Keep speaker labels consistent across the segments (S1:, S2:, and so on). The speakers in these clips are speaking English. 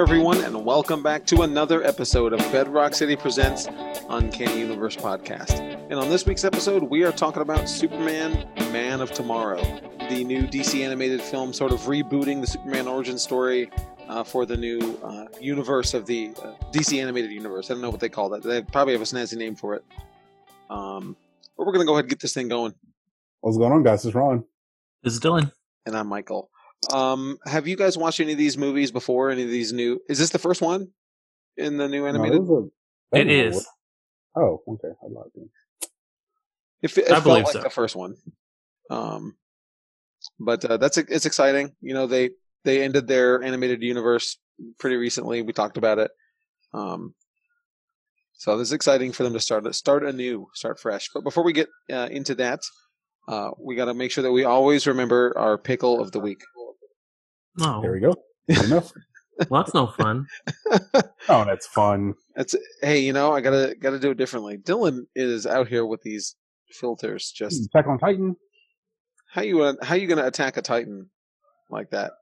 S1: everyone, and welcome back to another episode of Bedrock City Presents Uncanny Universe Podcast. And on this week's episode, we are talking about Superman Man of Tomorrow, the new DC animated film sort of rebooting the Superman origin story uh, for the new uh, universe of the uh, DC animated universe. I don't know what they call that. They probably have a snazzy name for it. Um, but we're going to go ahead and get this thing going.
S2: What's going on, guys? It's Ron.
S3: This is Dylan.
S1: And I'm Michael. Um, have you guys watched any of these movies before? Any of these new? Is this the first one in the new animated?
S2: No, those are-
S3: It
S2: those are
S3: is.
S2: what- Oh, okay. I lied to you.
S1: It, fe- it
S3: I
S1: felt
S3: believe
S1: like
S3: so.
S1: the first one. Um, but uh, that's it's exciting. You know they they ended their animated universe pretty recently. We talked about it. Um, so this is exciting for them to start start anew, start fresh. But before we get uh, into that, uh, we got to make sure that we always remember our pickle of the week.
S3: No,
S2: There we go. Good enough.
S3: well, that's no fun.
S2: Oh, that's fun.
S1: That's hey, you know I gotta gotta do it differently. Dylan is out here with these filters. Just
S2: Attack on Titan. Hmm.
S1: how you gonna- how you gonna attack a titan like that?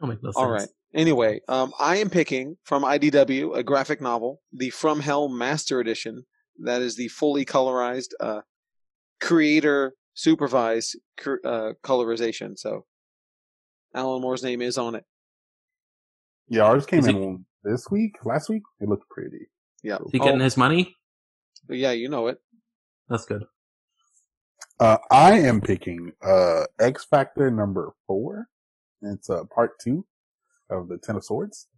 S3: Don't make no sense.
S1: All right. Anyway, um, I am picking from IDW a graphic novel, the From Hell Master Edition. That is the fully colorized, uh, creator supervised cr- uh, colorization. So Alan Moore's name is on it.
S2: Yeah, ours came
S3: Is it-
S2: in this week, last week. It looked pretty.
S1: Yeah.
S3: Is he getting his money?
S1: Oh, yeah, you know it.
S3: That's good.
S2: Uh, I am picking uh, X Factor number four. It's uh, part two of the Ten of Swords.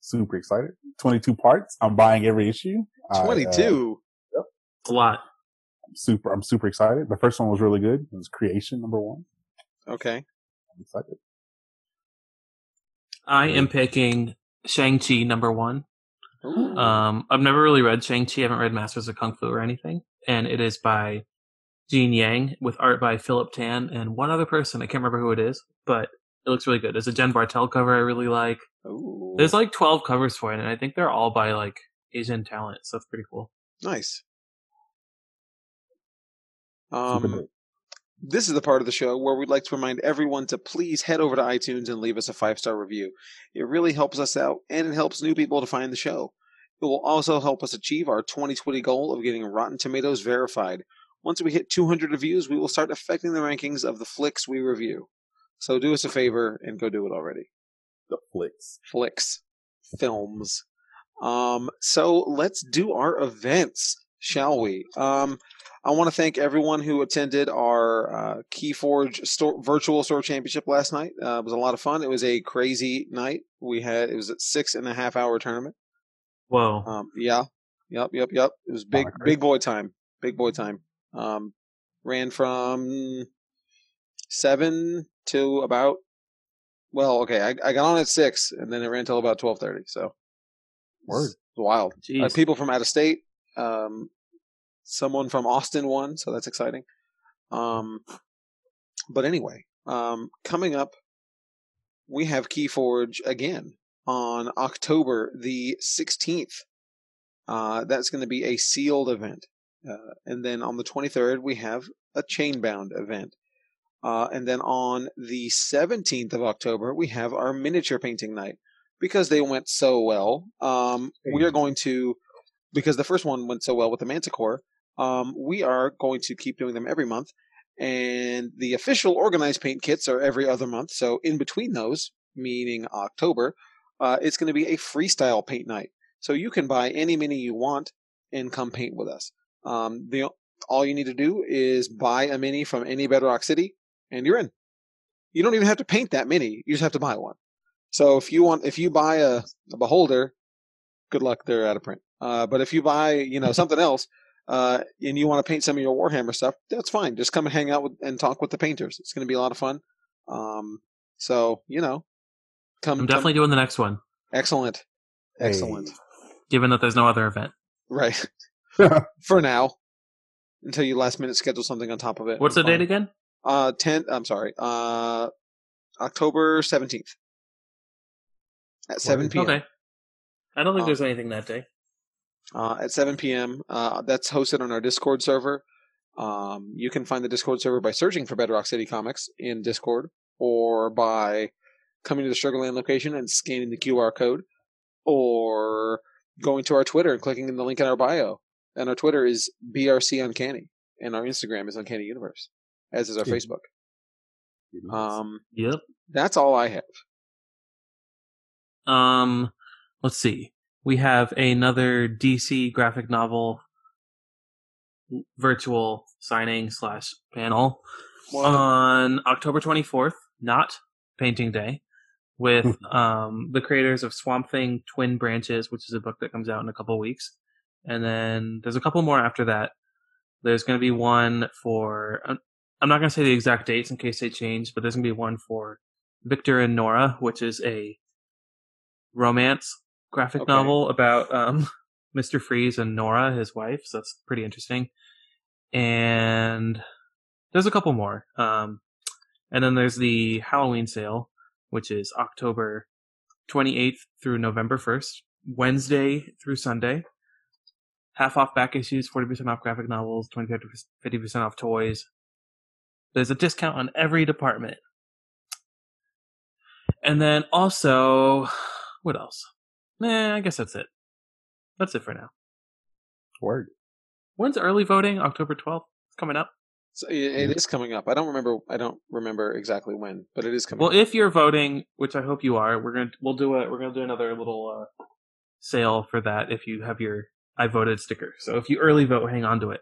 S2: Super excited. 22 parts. I'm buying every issue. I, uh,
S1: 22.
S3: It's a lot.
S2: super. I'm super excited. The first one was really good. It was Creation number one.
S1: okay.
S2: I'm excited.
S3: I am picking Shang Chi number one.
S1: Ooh.
S3: Um, I've never really read Shang Chi. I haven't read Masters of Kung Fu or anything, and it is by Gene Yang with art by Philip Tan and one other person. I can't remember who it is, but it looks really good. There's a Jen Bartel cover I really like.
S1: Ooh.
S3: There's like 12 covers for it, and I think they're all by like Asian talent, so it's pretty cool.
S1: Nice.
S2: Super
S1: Um, this is the part of the show where we'd like to remind everyone to please head over to iTunes and leave us a five star review. It really helps us out and it helps new people to find the show. It will also help us achieve our 2020 goal of getting Rotten Tomatoes verified. Once we hit 200 reviews, we will start affecting the rankings of the flicks we review. So do us a favor and go do it already
S2: The flicks.
S1: flicks, films. Um, so let's do our events, shall we? Um, I want to thank everyone who attended our uh, KeyForge store, virtual store championship last night. Uh, it was a lot of fun. It was a crazy night. We had it was a six and a half hour tournament.
S3: Whoa.
S1: Um, yeah, yep, yep, yep. It was big,
S2: Alright.
S1: big boy time. Big boy time. Um, ran from seven to about. Well, okay, I, I got on at six, and then it ran till about twelve thirty. So,
S2: Word.
S1: It's wild.
S3: Jeez.
S1: Uh, people from out of state. Um, someone from Austin won, so that's exciting. Um, but anyway, um, coming up, we have Keyforge again on October the 16th. Uh, that's going to be a sealed event. Uh, and then on the 23rd, we have a chain bound event. Uh, and then on the 17th of October, we have our miniature painting night because they went so well. Um, we are going to, because the first one went so well with the Manticore, um, we are going to keep doing them every month. And the official organized paint kits are every other month. So in between those, meaning October, uh, it's going to be a freestyle paint night. So you can buy any mini you want and come paint with us. Um, the all you need to do is buy a mini from any Bedrock City, and you're in. You don't even have to paint that mini; you just have to buy one. So if you want, if you buy a, a beholder, good luck, they're out of print. Uh, but if you buy, you know, something else, uh, and you want to paint some of your Warhammer stuff, that's fine. Just come and hang out with, and talk with the painters. It's going to be a lot of fun. Um, so you know, come.
S3: I'm
S1: come-
S3: definitely doing the next one,
S1: Excellent.
S2: Hey.
S1: Excellent.
S3: given that there's no other event.
S1: Right. For now. Until you last minute schedule something on top of it.
S3: What's the date again?
S1: Uh ten I'm sorry. Uh October seventeenth. At seven PM.
S3: Okay. I don't think
S1: Uh,
S3: there's anything that day.
S1: uh, at 7 p.m. Uh, that's hosted on our Discord server. Um, you can find the Discord server by searching for Bedrock City Comics in Discord or by coming to the Sugarland location and scanning the QR code, or going to our Twitter and clicking in the link in our bio. And our Twitter is BRC Uncanny, and our Instagram is Uncanny Universe, as is our
S2: Yeah.
S1: Facebook. Um,
S3: Yep.
S1: that's all I have.
S3: Um, let's see. We have another DC graphic novel virtual signing slash panel on October 24th, not painting day, with um, the creators of Swamp Thing Twin Branches, which is a book that comes out in a couple weeks. And then there's a couple more after that. There's going to be one for, I'm- I'm not going to say the exact dates in case they change, but there's going to be one for Victor and Nora, which is a romance graphic
S1: Okay.
S3: novel about um, Mr. Freeze and Nora, his wife. So that's pretty interesting. And there's a couple more. Um, and then there's the Halloween sale, which is October 28th through November 1st, Wednesday through Sunday. Half off back issues, 40% off graphic novels, 25 to 50% off toys. There's a discount on every department. And then also, what else? Nah, I guess that's it. That's it for now.
S2: Word.
S3: When's early voting? October 12th? It's coming up.
S1: So it,
S2: Mm-hmm.
S1: it is coming up. I don't remember. I don't remember exactly when, but it is coming.
S3: Well,
S1: up.
S3: if you're voting, which I hope you are, we're gonna we'll do a we're gonna do another little uh, sale for that. If you have your I voted sticker, so if you early vote, hang on to it.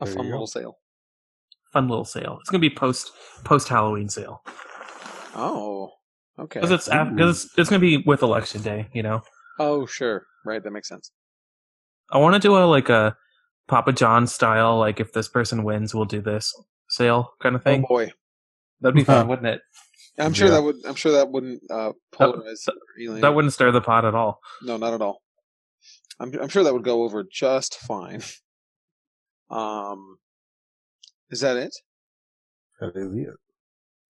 S1: a
S2: there
S1: fun
S2: you go.
S1: little sale.
S3: Fun little sale. It's gonna be post post Halloween sale
S1: Oh, okay.
S3: because it's because it's, it's gonna be with election day. You know,
S1: Oh, sure. Right, that makes sense.
S3: I want to do a like a Papa John style, like if this person wins, we'll do this sale kind of thing.
S1: Oh boy,
S3: That'd be fun, wouldn't it?
S1: I'm sure
S2: Yeah.
S1: that would. I'm sure that wouldn't uh, polarize.
S3: that-
S1: or alienate
S3: That wouldn't stir the pot at all.
S1: No, not at all. I'm I'm sure that would go over just fine. Um, is that it?
S2: That is it.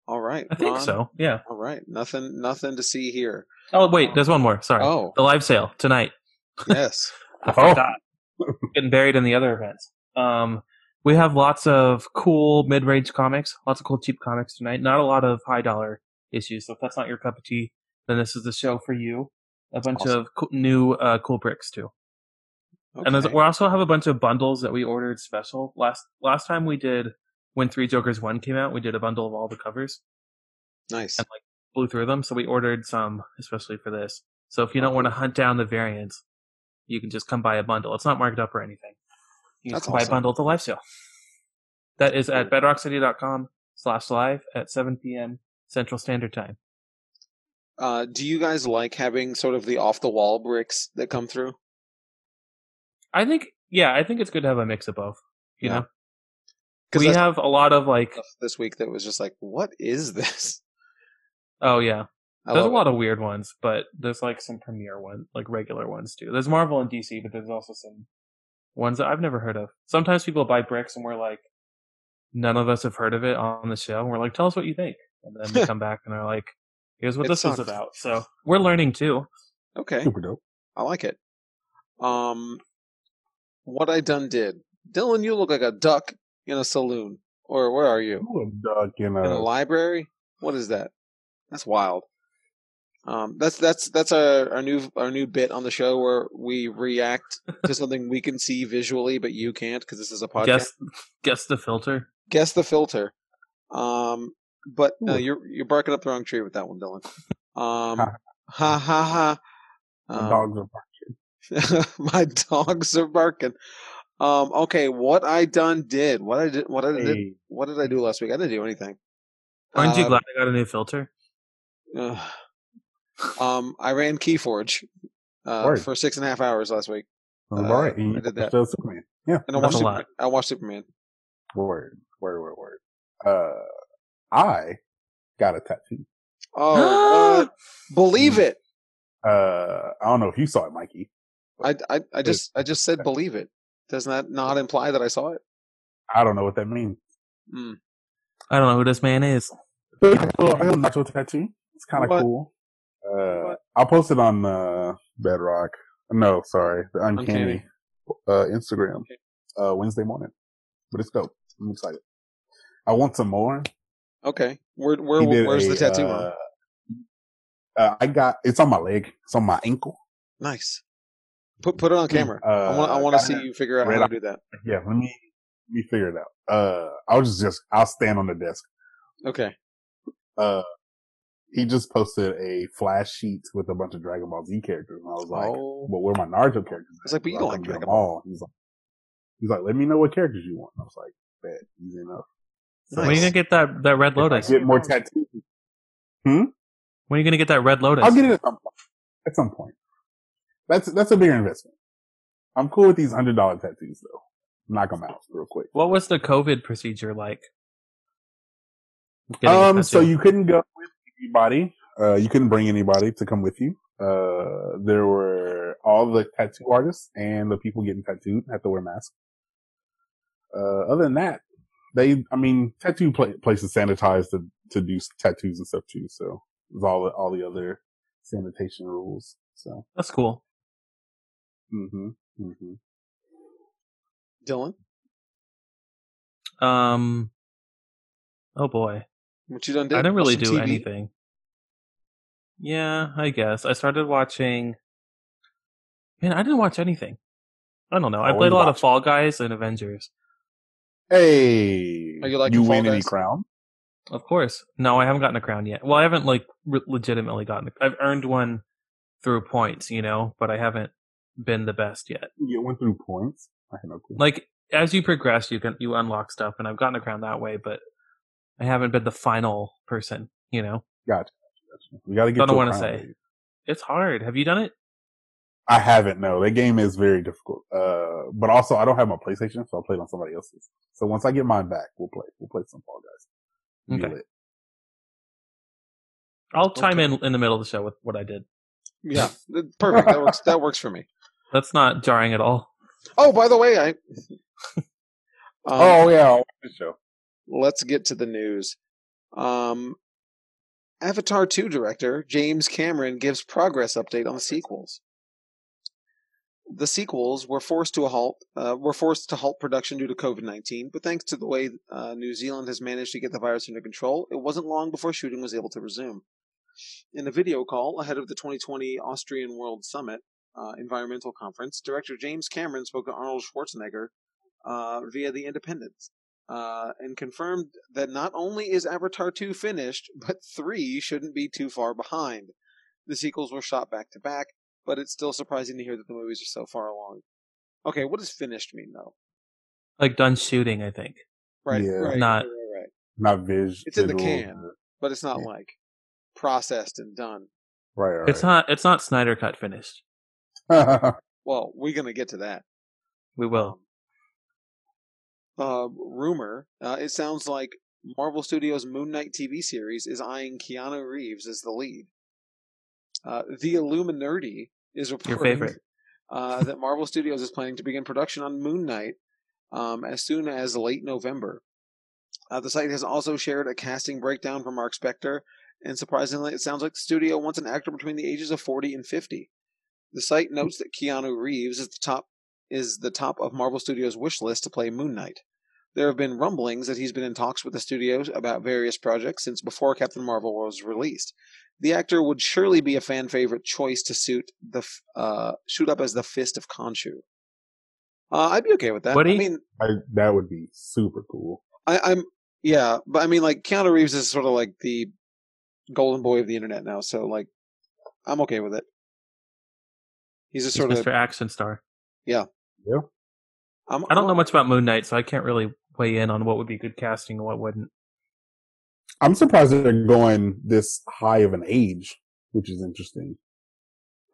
S1: All right,
S3: I think
S1: Ron.
S3: so. Yeah.
S1: All right, nothing, nothing to see here.
S3: Oh wait, there's one more. Sorry.
S1: Oh,
S3: The live sale tonight.
S1: yes,
S3: I
S2: Oh.
S3: forgot. Getting buried in the other events. Um, we have lots of cool mid-range comics, lots of cool cheap comics tonight. Not a lot of high-dollar issues. So if that's not your cup of tea, then this is the show for you. A bunch
S1: Awesome.
S3: of co- new uh, cool bricks too, and there's,
S1: Okay.
S3: we also have a bunch of bundles that we ordered special. Last last time we did when Three Jokers One came out, we did a bundle of all the covers,
S1: nice.
S3: and blew through them. So we ordered some especially for this. So if you don't want to hunt down the variants, you can just come buy a bundle. It's not marked up or anything. You can
S1: That's
S3: just buy a
S1: awesome.
S3: bundle at the live sale. That is at bedrockcity.com slash live at 7 p.m. Central Standard Time.
S1: Uh, do you guys like having sort of the off the wall bricks that come through?
S3: I think, yeah, I think it's good to have a mix of both. You
S1: Yeah.
S3: know,
S1: 'Cause
S3: we
S1: that's
S3: have a lot of like,
S1: stuff this week that was just like, what is this?
S3: oh yeah,
S1: I
S3: there's a
S1: love
S3: lot of weird ones, but there's like some premiere ones, like regular ones too. There's Marvel and DC, but there's also some ones that I've never heard of. Sometimes people buy bricks and we're like, none of us have heard of it on the show. And we're like, tell us what you think. And then they come back and are like, here's what
S1: It
S3: this
S1: sucks.
S3: is about. So we're learning too.
S1: it. Okay,
S2: Super dope.
S1: I like it. Um, what I done did, Dylan, you look like a duck in a saloon, or where are you?
S2: Ooh, a dog in
S1: in a
S2: a
S1: library. What is that? That's wild. Um, that's that's that's our, our new our new bit on the show where we react to something we can see visually, but you can't because this is a podcast.
S3: Guess, guess the filter.
S1: Guess the filter. Um, but no,
S2: Ooh.
S1: you're you're barking up the wrong tree with that one, Dylan. Um, ha ha ha. Um,
S2: dogs are
S1: my dogs are barking. Um, okay, what I done did? What I did? What I did?
S2: Hey,
S1: What did I do last week? I didn't do anything.
S3: Aren't you
S1: Um,
S3: glad I got a new filter?
S1: Ugh. um, I ran Keyforge uh,
S2: Word.
S1: for six and a half hours last week,
S2: all
S1: uh,
S2: right. And
S1: I
S2: you
S1: did that.
S2: still Superman. Yeah.
S1: and I
S3: That's
S1: watched
S3: a
S1: Superman,
S3: lot.
S1: I watched Superman.
S2: Word, word, word, word. Uh, I got a tattoo.
S1: Oh, what? believe
S2: Hmm.
S1: it!
S2: Uh, I don't know if you saw it, Mikey.
S1: I, I, I just I just said believe it. Does that not imply that I saw it? Hmm.
S2: I don't know what that means.
S3: I don't know who this man is.
S2: But I got a natural tattoo. It's kind of
S1: What?
S2: cool. Uh,
S1: What?
S2: I'll post it on uh, Bedrock. No, sorry, the Uncanny, Uh, Instagram uh, Wednesday morning. But it's dope. I'm excited. I want some more.
S1: Okay, where where
S2: He did
S1: where's
S2: a,
S1: the tattoo?
S2: uh, Uh, I got it's on my leg. It's on my ankle.
S1: Nice. Put put it on camera.
S2: Uh,
S1: I want I want to
S2: got
S1: see
S2: it.
S1: you figure out
S2: Right
S1: how
S2: on.
S1: to do that.
S2: Yeah, let me let me figure it out. Uh, I was just I'll stand on the desk.
S1: Okay.
S2: Uh, he just posted a flash sheet with a bunch of Dragon Ball Z characters, and I was like,
S1: oh,
S2: "But where are my Naruto characters?"
S1: it's like, but you
S2: I'll
S1: don't
S2: come
S1: like
S2: get
S1: Dragon
S2: them
S1: Ball.
S2: all. He's like, he's like, "Let me know what characters you want." And I was like, "Bet easy enough."
S3: When are you
S1: Nice.
S3: gonna get that, that red
S2: If I
S3: lotus?
S2: get more tattoos.
S3: When are you gonna get that red lotus?
S2: I'll get it at some point. At some point. That's that's a bigger investment. I'm cool with these hundred dollar tattoos though. Knock them out real quick.
S3: What was the COVID procedure like? Getting a
S2: Um, so
S3: tattoo.
S2: you couldn't go with anybody. Uh, you couldn't bring anybody to come with you. Uh, there were all the tattoo artists and the people getting tattooed had to wear masks. Uh, other than that, they, I mean, tattoo pla- places sanitized to, to do s- tattoos and stuff too. So there's all the, all the other sanitation rules. So,
S3: That's cool.
S2: hmm hmm
S1: Dylan,
S3: Um. Oh boy,
S1: what you done did?
S3: I didn't really
S1: Watch
S3: do
S1: some TV?
S3: anything. Yeah, I guess I started watching. Man, I didn't watch anything. I don't know. I
S1: Oh,
S2: Always
S3: played a lot of
S2: watch.
S3: Fall Guys and Avengers.
S2: Hey,
S1: Are you liking
S2: you
S1: Fall
S2: win any
S1: Guys?
S2: crown?
S3: Of course. No, I haven't gotten a crown yet. Well, I haven't like re- legitimately gotten. A, I've earned one through points, you know, but I haven't been the best yet.
S2: You get one through points. I have no clue.
S3: Like as you progress, you can you unlock stuff, and I've gotten a crown that way, but I haven't been the final person. You know,
S2: we gotta get.
S3: Don't know
S2: to a
S3: what to
S2: crown,
S3: say.
S2: baby.
S3: it's hard. Have you done it?
S2: I haven't. No, that game is very difficult. Uh, but also I don't have my PlayStation, so I played on somebody else's. So once I get mine back, we'll play. We'll play some Fall Guys. Be
S3: Okay.
S2: lit.
S3: I'll chime in in the middle of the show with what I did.
S1: Yeah, perfect. That works. That works for me.
S3: That's not jarring at all.
S1: Oh, by the way, I. Um,
S2: oh yeah, I'll watch the show.
S1: let's get to the news. Um, Avatar 2 director James Cameron gives progress update on the sequels. The sequels were forced to a halt. Uh, were forced to halt production due to COVID nineteen, but thanks to the way uh, New Zealand has managed to get the virus under control, it wasn't long before shooting was able to resume. In a video call ahead of the 2020 Austrian World Summit uh, Environmental Conference, director James Cameron spoke to Arnold Schwarzenegger uh, via The Independent uh, and confirmed that not only is Avatar 2 finished, but 3 shouldn't be too far behind. The sequels were shot back to back, but it's still surprising to hear that the movies are so far along. Okay, what does finished mean, though?
S3: Like done shooting, I think.
S1: Right,
S2: Yeah.
S1: right, right,
S3: Not-
S1: right, right.
S2: Not Viz.
S1: It's in the
S2: visual.
S1: can. But it's not
S2: Yeah.
S1: like processed and done.
S2: Right. right.
S3: It's not. It's not Snyder cut finished.
S1: Well, we're gonna get to that.
S3: We will.
S1: Uh, rumor. Uh, it sounds like Marvel Studios' Moon Knight TV series is eyeing Keanu Reeves as the lead. Uh, the Illuminati is
S3: Your
S1: reporting
S3: favorite.
S1: uh, that Marvel Studios is planning to begin production on Moon Knight um, as soon as late November. Uh, the site has also shared a casting breakdown for Mark Spector, and surprisingly, it sounds like the studio wants an actor between the ages of 40 and 50. The site notes that Keanu Reeves is the top is the top of Marvel Studios' wish list to play Moon Knight. There have been rumblings that he's been in talks with the studios about various projects since before Captain Marvel was released. The actor would surely be a fan favorite choice to suit the f- uh, shoot up as the Fist of Khonshu. Uh, I'd be okay with that.
S3: Would he?
S1: I mean,
S2: I, that would be super cool.
S1: I, I'm yeah, but I mean, like Keanu Reeves is sort of like the golden boy of the internet now, so like I'm okay with it. He's just
S3: He's
S1: sort
S3: Mr.
S1: of
S3: Action Star.
S2: Yeah.
S1: I'm,
S3: I don't know much about Moon Knight, so I can't really weigh in on what would be good casting and what wouldn't.
S2: I'm surprised that they're going this high of an age, which is interesting.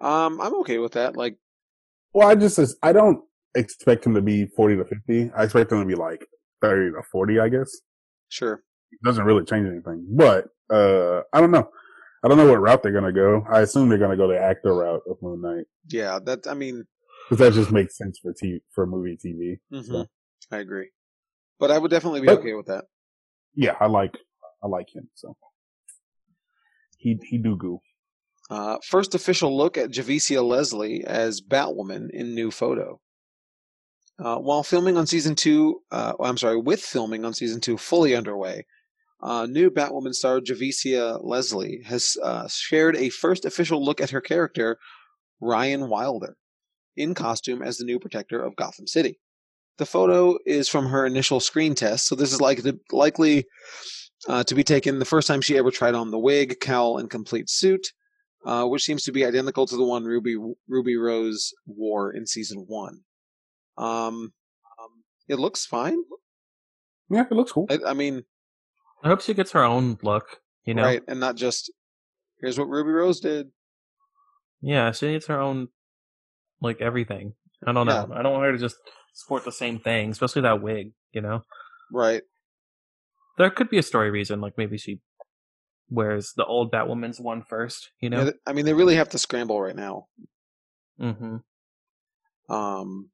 S1: Um, I'm okay with that. Like,
S2: Well, I just I don't expect him to be 40 to 50. I expect him to be like 30 to 40, I guess.
S1: sure.
S2: it doesn't really change anything. But uh I don't know. I don't know what route they're gonna go. I assume they're gonna go the actor route of Moon Knight
S1: Yeah, that. I mean,
S2: because that just makes sense for t- for movie TV.
S1: mhm,
S2: Yeah.
S1: I agree. But I would definitely be
S2: But-
S1: okay with that.
S2: Yeah, I like I like him. So he he do goo.
S1: Uh, first official look at Javicia Leslie as Batwoman in new photo. Uh, while filming on season two, uh, I'm sorry, with filming on season two fully underway, Uh, new Batwoman star Javicia Leslie has uh, shared a first official look at her character, Ryan Wilder, in costume as the new protector of Gotham City. The photo is from her initial screen test, so this is like the, likely uh, to be taken the first time she ever tried on the wig, cowl, and complete suit, uh, which seems to be identical to the one Ruby Ruby Rose wore in season one. Um, um, it looks fine.
S2: Yeah, it looks cool.
S1: I, I mean,
S3: I hope she gets her own look. You know,
S1: right, and not just here's what Ruby Rose did.
S3: yeah, she needs her own, like everything. I don't know. I don't want her to just sport the same thing, especially that wig. You know,
S1: Right,
S3: there could be a story reason, like maybe she wears the old Batwoman's one first. You
S1: Yeah,
S3: know,
S1: th- I mean, they really have to scramble right now.
S3: hmm
S1: Um,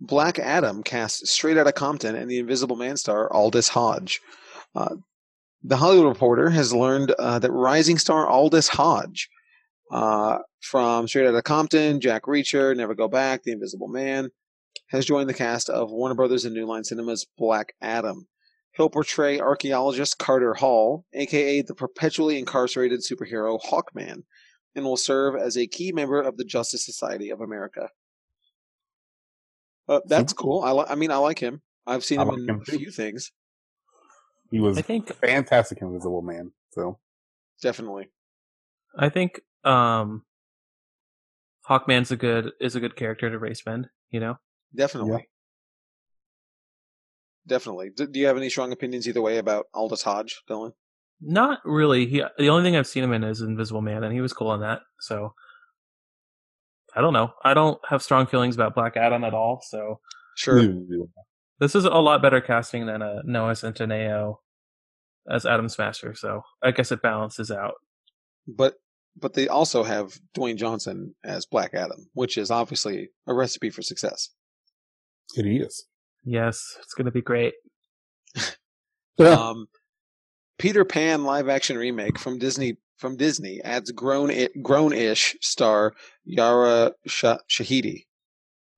S1: Black Adam cast straight out of Compton and the Invisible Man star Aldous Hodge. Uh, the Hollywood Reporter has learned uh, that rising star Aldous Hodge uh, from Straight Outta Compton, Jack Reacher, Never Go Back, The Invisible Man, has joined the cast of Warner Brothers and New Line Cinema's Black Adam. He'll portray archaeologist Carter Hall, aka the perpetually incarcerated superhero Hawkman, and will serve as a key member of the Justice Society of America. Uh, that's
S2: Super
S1: cool. I, li- I mean, I like him. I've seen
S2: I
S1: him
S2: like
S1: in
S2: him
S1: a
S2: too.
S1: few things,
S2: He was
S3: I think
S2: fantastic Invisible Man. So
S1: definitely.
S3: I think um Hawkman's a good is a good character to race bend, you know?
S1: Definitely. Definitely. Do, do you have any strong opinions either way about Aldous Hodge, Dylan?
S3: Not really. He the only thing I've seen him in is Invisible Man and he was cool in that. So I don't know. I don't have strong feelings about Black Adam at all, so
S1: Sure.
S3: this is a lot better casting than uh, Noah Centineo as Adam Smasher, so I guess it balances out.
S1: But but they also have Dwayne Johnson as Black Adam, which is obviously a recipe for success.
S2: it is.
S3: Yes, it's gonna be great.
S1: Um, Peter Pan live action remake from Disney from Disney adds grown it grown ish star Yara Sha- Shahidi.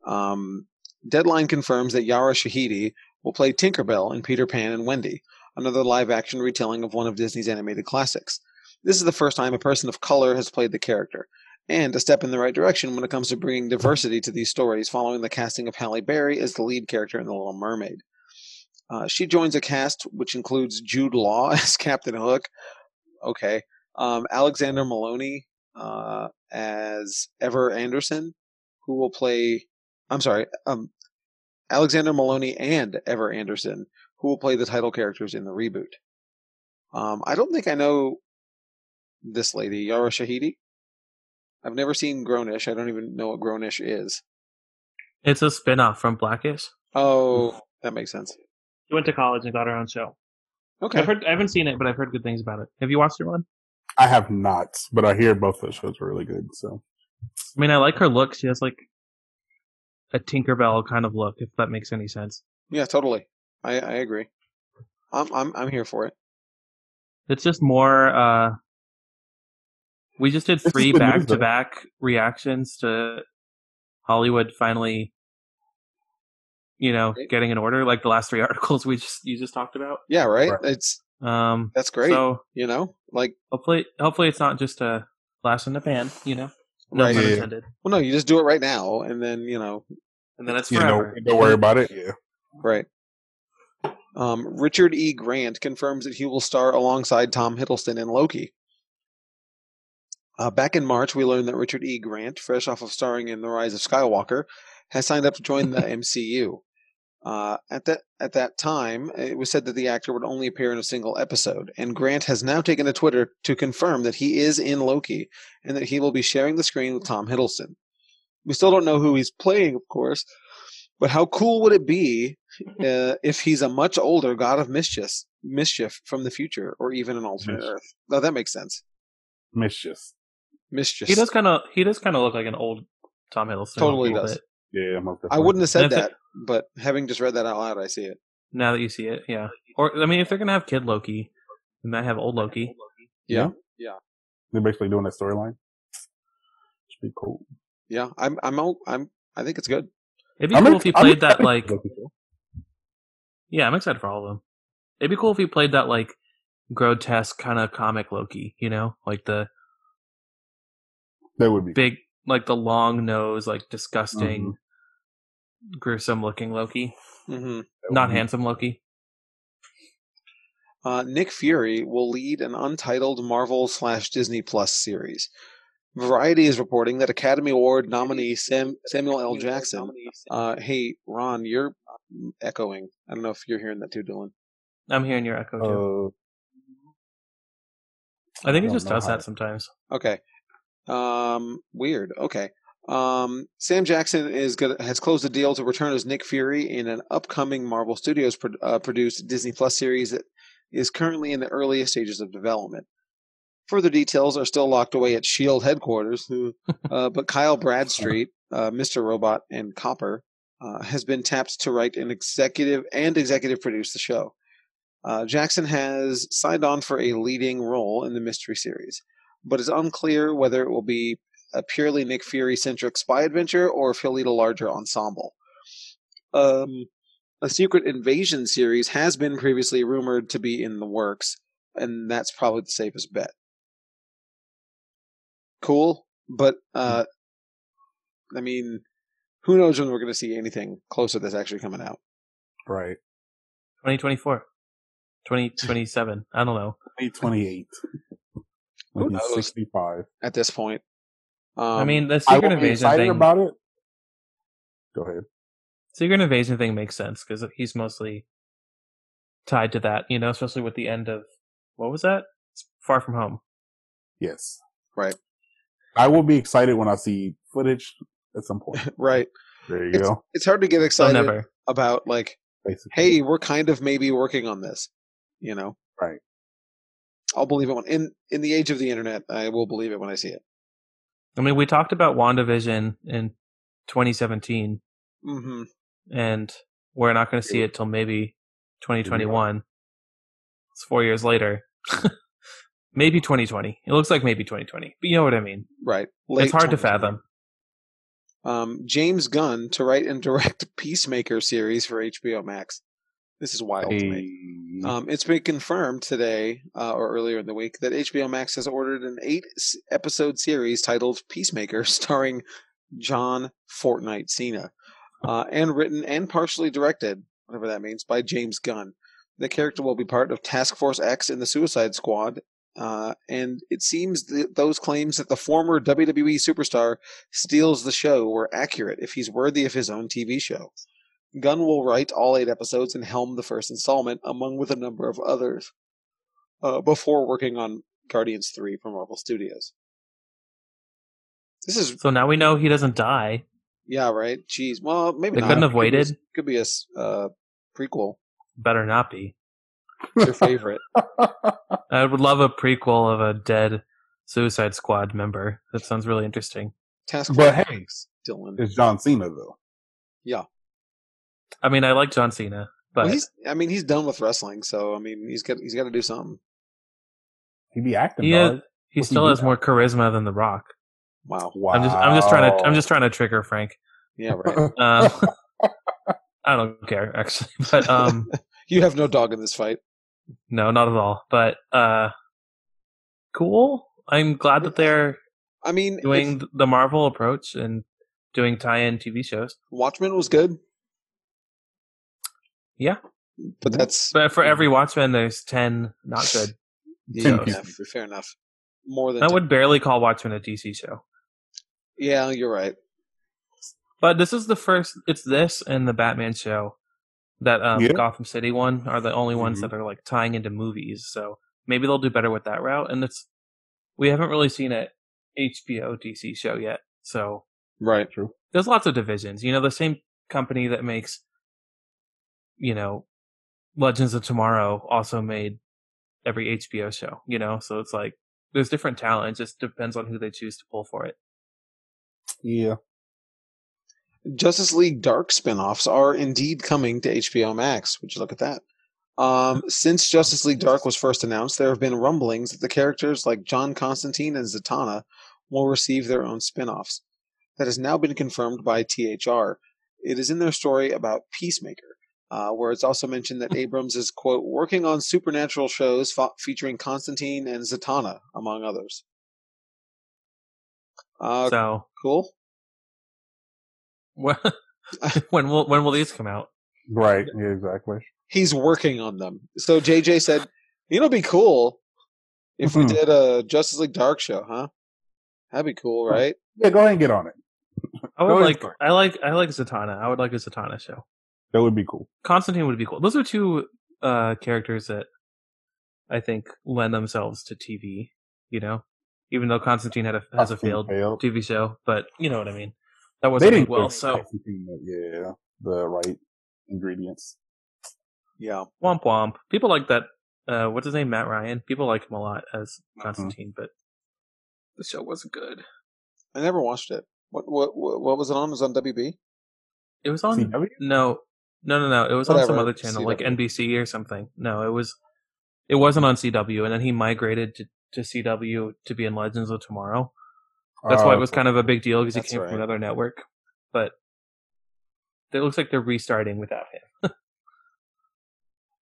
S1: Um, Deadline confirms that Yara Shahidi will play Tinkerbell in Peter Pan and Wendy, another live action retelling of one of Disney's animated classics. This is the first time a person of color has played the character, and a step in the right direction when it comes to bringing diversity to these stories following the casting of Halle Berry as the lead character in The Little Mermaid. Uh, she joins a cast which includes Jude Law as Captain Hook. Okay. Um, Alexander Maloney uh, as Ever Anderson, who will play. I'm sorry. Um, Alexander Maloney and Ever Anderson, who will play the title characters in the reboot. Um, I don't think I know this lady, Yara Shahidi. I've never seen Grownish. I don't even know what Grownish is.
S3: It's a spin off from Blackish.
S1: Oh, that makes sense.
S3: She went to college and got her own show.
S1: Okay.
S3: I've heard I haven't seen it, but I've heard good things about it. Have you watched it, Ron?
S2: I have not, but I hear both those shows are really good. So
S3: I mean, I like her look. She has like a Tinkerbell kind of look, if that makes any sense.
S1: Yeah, totally. I, I agree. I'm I'm I'm here for it.
S3: It's just more. uh We just did
S2: just
S3: three
S2: good news,
S3: back to back reactions to Hollywood finally, you know,
S1: Right.
S3: getting an order like the last three articles we just you just talked about.
S1: Yeah, right.
S2: Right.
S1: It's
S3: Um,
S1: that's great.
S3: So
S1: you know, like
S3: hopefully, hopefully it's not just a flash in the pan, you know. No
S1: Right.
S3: pun
S2: Yeah.
S3: intended.
S1: well, no, you just do it right now, and then you know,
S3: And then it's
S2: you know,
S3: forever.
S2: don't worry about it. Yeah,
S1: right. Um, Richard E. Grant confirms that he will star alongside Tom Hiddleston in Loki. Uh, back in March, we learned that Richard E. Grant, fresh off of starring in The Rise of Skywalker, has signed up to join the MCU. Uh, at that at that time, it was said that the actor would only appear in a single episode, and Grant has now taken to Twitter to confirm that he is in Loki and that he will be sharing the screen with Tom Hiddleston. We still don't know who he's playing, of course, but how cool would it be uh, if he's a much older god of mischief, mischief from the future, or even an alternate
S2: Mischief.
S1: Earth? No, that makes sense.
S2: mischief.
S1: Mischief.
S3: He does kind of he does kind of look like an old Tom Hiddleston. a
S1: Totally
S3: little
S1: does.
S3: bit,
S2: Yeah, most
S1: I
S2: definitely.
S1: wouldn't have said
S3: And if it-
S1: that, but having just read that out loud, I see it.
S3: Now that you see it, yeah. Or I mean, if they're gonna have kid Loki, they might have old Loki.
S1: Yeah.
S2: They're basically doing that storyline. Should be cool.
S1: Yeah, I'm. I'm. all- I'm. I think it's good.
S3: It'd be
S2: I'm
S3: cool
S2: ex-
S3: if he
S2: I'm
S3: played that
S2: excited
S3: like.
S2: for Loki, though.
S3: Yeah, I'm excited for all of them. It'd be cool if he played that like grotesque kind of comic Loki, you know, like the
S2: That would be Mm-hmm.
S3: big, like the long nose, like disgusting, gruesome looking Loki,
S1: hmm
S2: that
S3: not
S2: would be-
S3: handsome Loki.
S1: Uh, Nick Fury will lead an untitled Marvel slash Disney Plus series. Variety is reporting that Academy Award nominee Sam, Samuel L. Jackson. Uh, hey, Ron, you're echoing. I don't know if you're hearing that too, Dylan.
S3: I'm hearing your echo too.
S2: Uh,
S1: Uh,
S3: I think
S2: I
S3: it
S2: don't
S3: just
S2: know
S3: does
S2: how
S3: that
S2: to-
S3: sometimes.
S1: Okay. Um, weird. Okay. Um, Sam Jackson is gonna, has closed a deal to return as Nick Fury in an upcoming Marvel Studios pro- uh, produced Disney Plus series that is currently in the earliest stages of development. Further details are still locked away at Shield E headquarters, who, uh, but Kyle Bradstreet, uh, Mr. Robot, and Copper uh, has been tapped to write an executive and executive produce the show. Uh, Jackson has signed on for a leading role in the mystery series but it's unclear whether it will be a purely Nick Fury centric spy adventure or if he'll lead a larger ensemble. Um, a secret invasion series has been previously rumored to be in the works, and that's probably the safest bet. Cool, but uh, I mean, who knows when we're going to see anything close to this actually coming out?
S2: right.
S3: 2024, 2027. I don't know.
S2: 2028.
S1: Who
S2: When he's
S1: knows?
S2: 65.
S1: At this point, um,
S3: I mean, the
S2: I
S3: secret
S2: will be
S3: invasion
S2: excited
S3: thing.
S2: about it. Go ahead.
S3: secret invasion thing makes sense because he's mostly tied to that, you know, especially with the end of what was that? Far from Home.
S2: Yes.
S1: Right.
S2: I will be excited when I see footage at some point.
S1: right?
S2: There you
S1: It's,
S2: go.
S1: it's hard to get
S3: So
S1: excited
S3: never.
S1: about like
S2: Basically.
S1: hey, we're kind of maybe working on this, you know.
S2: Right.
S1: I'll believe it when in in the age of the internet. I will believe it when I see it.
S3: I mean, we talked about WandaVision in 2017,
S1: hmm
S3: and we're not going to see it till maybe 2021. It's four years later. maybe 2020. It looks like maybe 2020, but you know what I mean.
S1: Right.
S3: it's hard to
S1: 2020.
S3: fathom.
S1: Um, James Gunn to write and direct Peacemaker series for HBO Max. This is wild to me.
S2: Hey.
S1: Um, it's been confirmed today uh, or earlier in the week that HBO Max has ordered an eight s- episode series titled Peacemaker, starring John Fortnite Cena, uh, and written and partially directed, whatever that means, by James Gunn. The character will be part of Task Force X in the Suicide Squad, uh, and it seems that those claims that the former WWE superstar steals the show were accurate if he's worthy of his own TV show. Gunn will write all eight episodes and helm the first installment, among with a number of others, uh, before working on Guardians 3 for Marvel Studios. This is,
S3: So now we know he doesn't die.
S1: yeah, right? Jeez. Well, maybe
S3: They
S1: not.
S3: couldn't
S1: It could
S3: have
S1: be a-
S3: waited.
S1: Could be a, s- uh, prequel.
S3: Better not be.
S1: It's your favorite.
S3: I would love a prequel of a dead Suicide Squad member. That sounds really interesting.
S1: Task
S2: But
S1: Force
S2: hey,
S1: X, Dylan.
S2: it's John Cena though.
S3: I mean, I like John Cena, but
S1: Well, he's, I mean, he's done with wrestling, so I mean, he's got he's got to do something.
S2: He be acting.
S3: he, has,
S2: dog.
S3: he
S2: What he
S3: still
S2: do
S3: has
S2: now?
S3: more charisma than The Rock.
S1: Wow.
S2: Wow.
S3: I'm just I'm just trying to I'm just trying to trigger Frank.
S1: Yeah, right.
S3: Um, I don't care actually, but um,
S1: you have no dog in this fight.
S3: no, not at all. But uh, cool. I'm glad that they're
S1: I mean, if
S3: doing the Marvel approach and doing tie-in TV shows.
S1: Watchmen was good.
S3: Yeah.
S1: But that's
S3: But for every Watchmen, there's ten not good.
S1: Yeah,
S2: Ten
S1: enough,
S2: pieces.
S1: fair enough. More than
S3: I would barely call Watchmen a DC show.
S1: yeah, you're right.
S3: But this is the first. It's this and the Batman show that um,
S2: Yeah.
S3: Gotham City one are the only ones
S2: Mhm.
S3: that are like tying into movies. So maybe they'll do better with that route. And it's we haven't really seen a HBO DC show yet. So
S1: Right.
S2: True.
S3: there's lots of divisions. You know, the same company that makes you know Legends of Tomorrow also made every HBO show. You know, so it's like there's different talent. It just depends on who they choose to pull for it.
S2: Yeah.
S1: Justice League Dark spin-offs are indeed coming to HBO Max. Would you look at that? Um, since Justice League Dark was first announced, there have been rumblings that the characters like John Constantine and Zatanna will receive their own spin-offs. That has now been confirmed by THR. It is in their story about Peacemaker, uh, where it's also mentioned that Abrams is quote working on supernatural shows fo- featuring Constantine and Zatanna, among others. Uh,
S3: so
S1: cool.
S3: when when will when will these come out?
S2: Right. Yeah, exactly.
S1: He's working on them. So JJ said, "You know, it'd be cool if we
S2: Mhm.
S1: did a Justice League Dark show, huh? That'd be cool, right?
S2: Yeah, go ahead and get on it.
S3: I
S2: Go
S3: would
S2: ahead,
S3: like
S2: Clark.
S3: I like I like Zatanna. I would like a Zatanna show.
S2: That would be cool.
S3: Constantine would be cool. Those are two uh, characters that I think lend themselves to TV. You know, even though Constantine had a, has a failed
S2: Failed.
S3: TV show, but you know what I mean. That
S2: They
S3: wasn't
S2: didn't
S3: did well.
S2: put
S3: So
S2: Constantine, yeah, the right ingredients.
S1: Yeah,
S3: womp womp. People like that. Uh, what's his name? Matt Ryan. People like him a lot as
S2: Mm-hmm.
S3: Constantine, but the show wasn't good.
S1: I never watched it. What what what what was it on? It was on WB.
S3: It was on
S2: CW?
S3: No, no, no, no. It was on some
S1: Whatever,
S3: other channel, like
S1: CW.
S3: NBC or something. No, it was, it wasn't on CW, and then he migrated to, to CW to be in Legends of Tomorrow. That's why it
S2: Oh,
S3: was kind of a big deal because he
S1: Oh, That's
S3: came
S1: right.
S3: from another network. But it looks like they're restarting without him.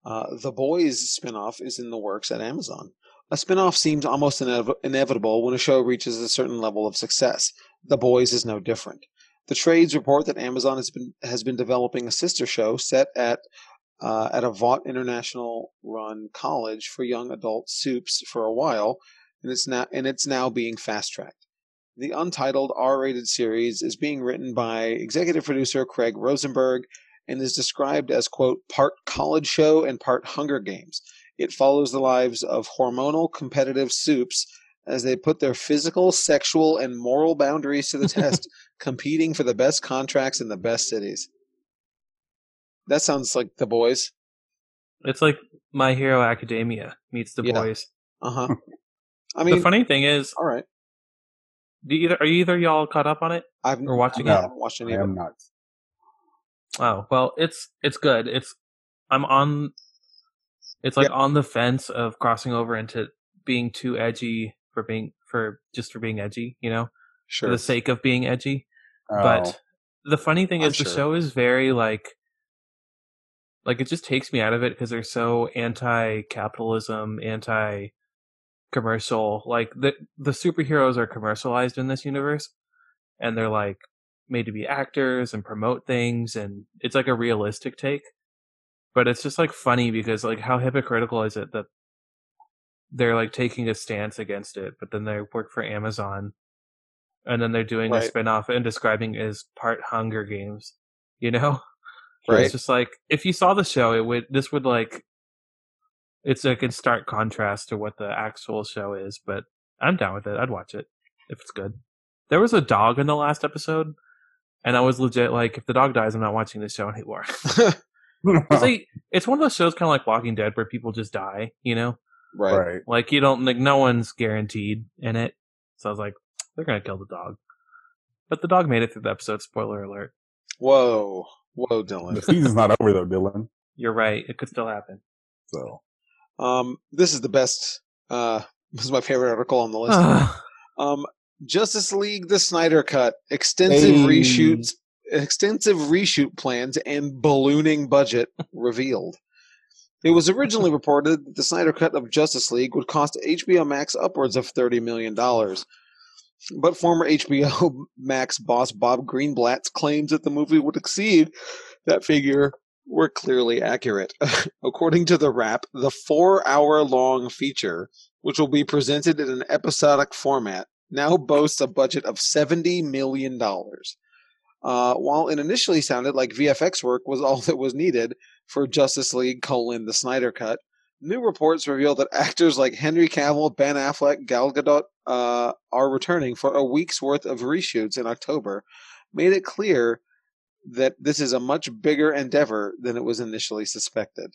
S1: Uh, the Boys spinoff is in the works at Amazon. A spinoff seems almost inev- inevitable when a show reaches a certain level of success. The Boys is no different. The trades report that Amazon has been has been developing a sister show set at uh, at a Vought International run college for young adult soups for a while, and it's now and it's now being fast tracked. The untitled R-rated series is being written by executive producer Craig Rosenberg and is described as quote part college show and part hunger games it follows the lives of hormonal competitive soups as they put their physical sexual and moral boundaries to the test competing for the best contracts in the best cities that sounds like the boys
S3: It's like My Hero Academia meets The
S1: Yeah.
S3: Boys.
S1: uh-huh i mean
S3: the funny thing is,
S1: all right
S3: do either are either y'all caught up on it
S1: i've
S3: or watching
S1: I
S2: No.
S3: it?
S1: haven't watched
S2: I
S1: any of it
S2: am not.
S3: Oh well, it's it's good. It's I'm on. It's like on the fence of crossing over into being too edgy for being for just for being edgy, you know, for
S1: sure
S3: the sake of being edgy.
S2: Oh,
S3: But the funny thing
S1: I'm
S3: is, the
S1: sure.
S3: show is very like, like it just takes me out of it because they're so anti-capitalism, anti-commercial. Like the the superheroes are commercialized in this universe, and they're like made to be actors and promote things, and it's like a realistic take. But it's just like funny because like how hypocritical is it that they're like taking a stance against it, but then they work for Amazon, and then they're doing a
S1: Right.
S3: spinoff and describing it as part Hunger Games. You know,
S1: right
S3: it's just like if you saw the show, it would this would like it's like in stark contrast to what the actual show is. But I'm down with it. I'd watch it if it's good. There was a dog in the last episode, and I was legit like, if the dog dies, I'm not watching this show anymore.
S2: Oh. Uh-uh.
S3: It's like it's one of those shows, kind of like Walking Dead, where people just die. You know,
S1: right
S2: right.
S3: like you don't like no one's guaranteed in it. So I was like, they're gonna kill the dog. But the dog made it through the episode, spoiler alert.
S1: whoa whoa
S2: The
S1: dylan
S2: season's not over though, Dylan.
S3: You're right, it could still happen.
S2: So
S1: um this is the best uh this is my favorite article on the list
S3: Ugh.
S1: Um, Justice League: The Snyder Cut, extensive
S2: Hey.
S1: reshoots, extensive reshoot plans, and ballooning budget revealed. It was originally reported that the Snyder Cut of Justice League would cost HBO Max upwards of thirty million dollars, but former HBO Max boss Bob Greenblatt's claims that the movie would exceed that figure were clearly accurate. According to the wrap, the four-hour-long feature, which will be presented in an episodic format, now boasts a budget of $70 million. Uh, while it initially sounded like VFX work was all that was needed for Justice League colon the Snyder Cut, new reports reveal that actors like Henry Cavill, Ben Affleck, Gal Gadot uh, are returning for a week's worth of reshoots in October, made it clear that this is a much bigger endeavor than it was initially suspected.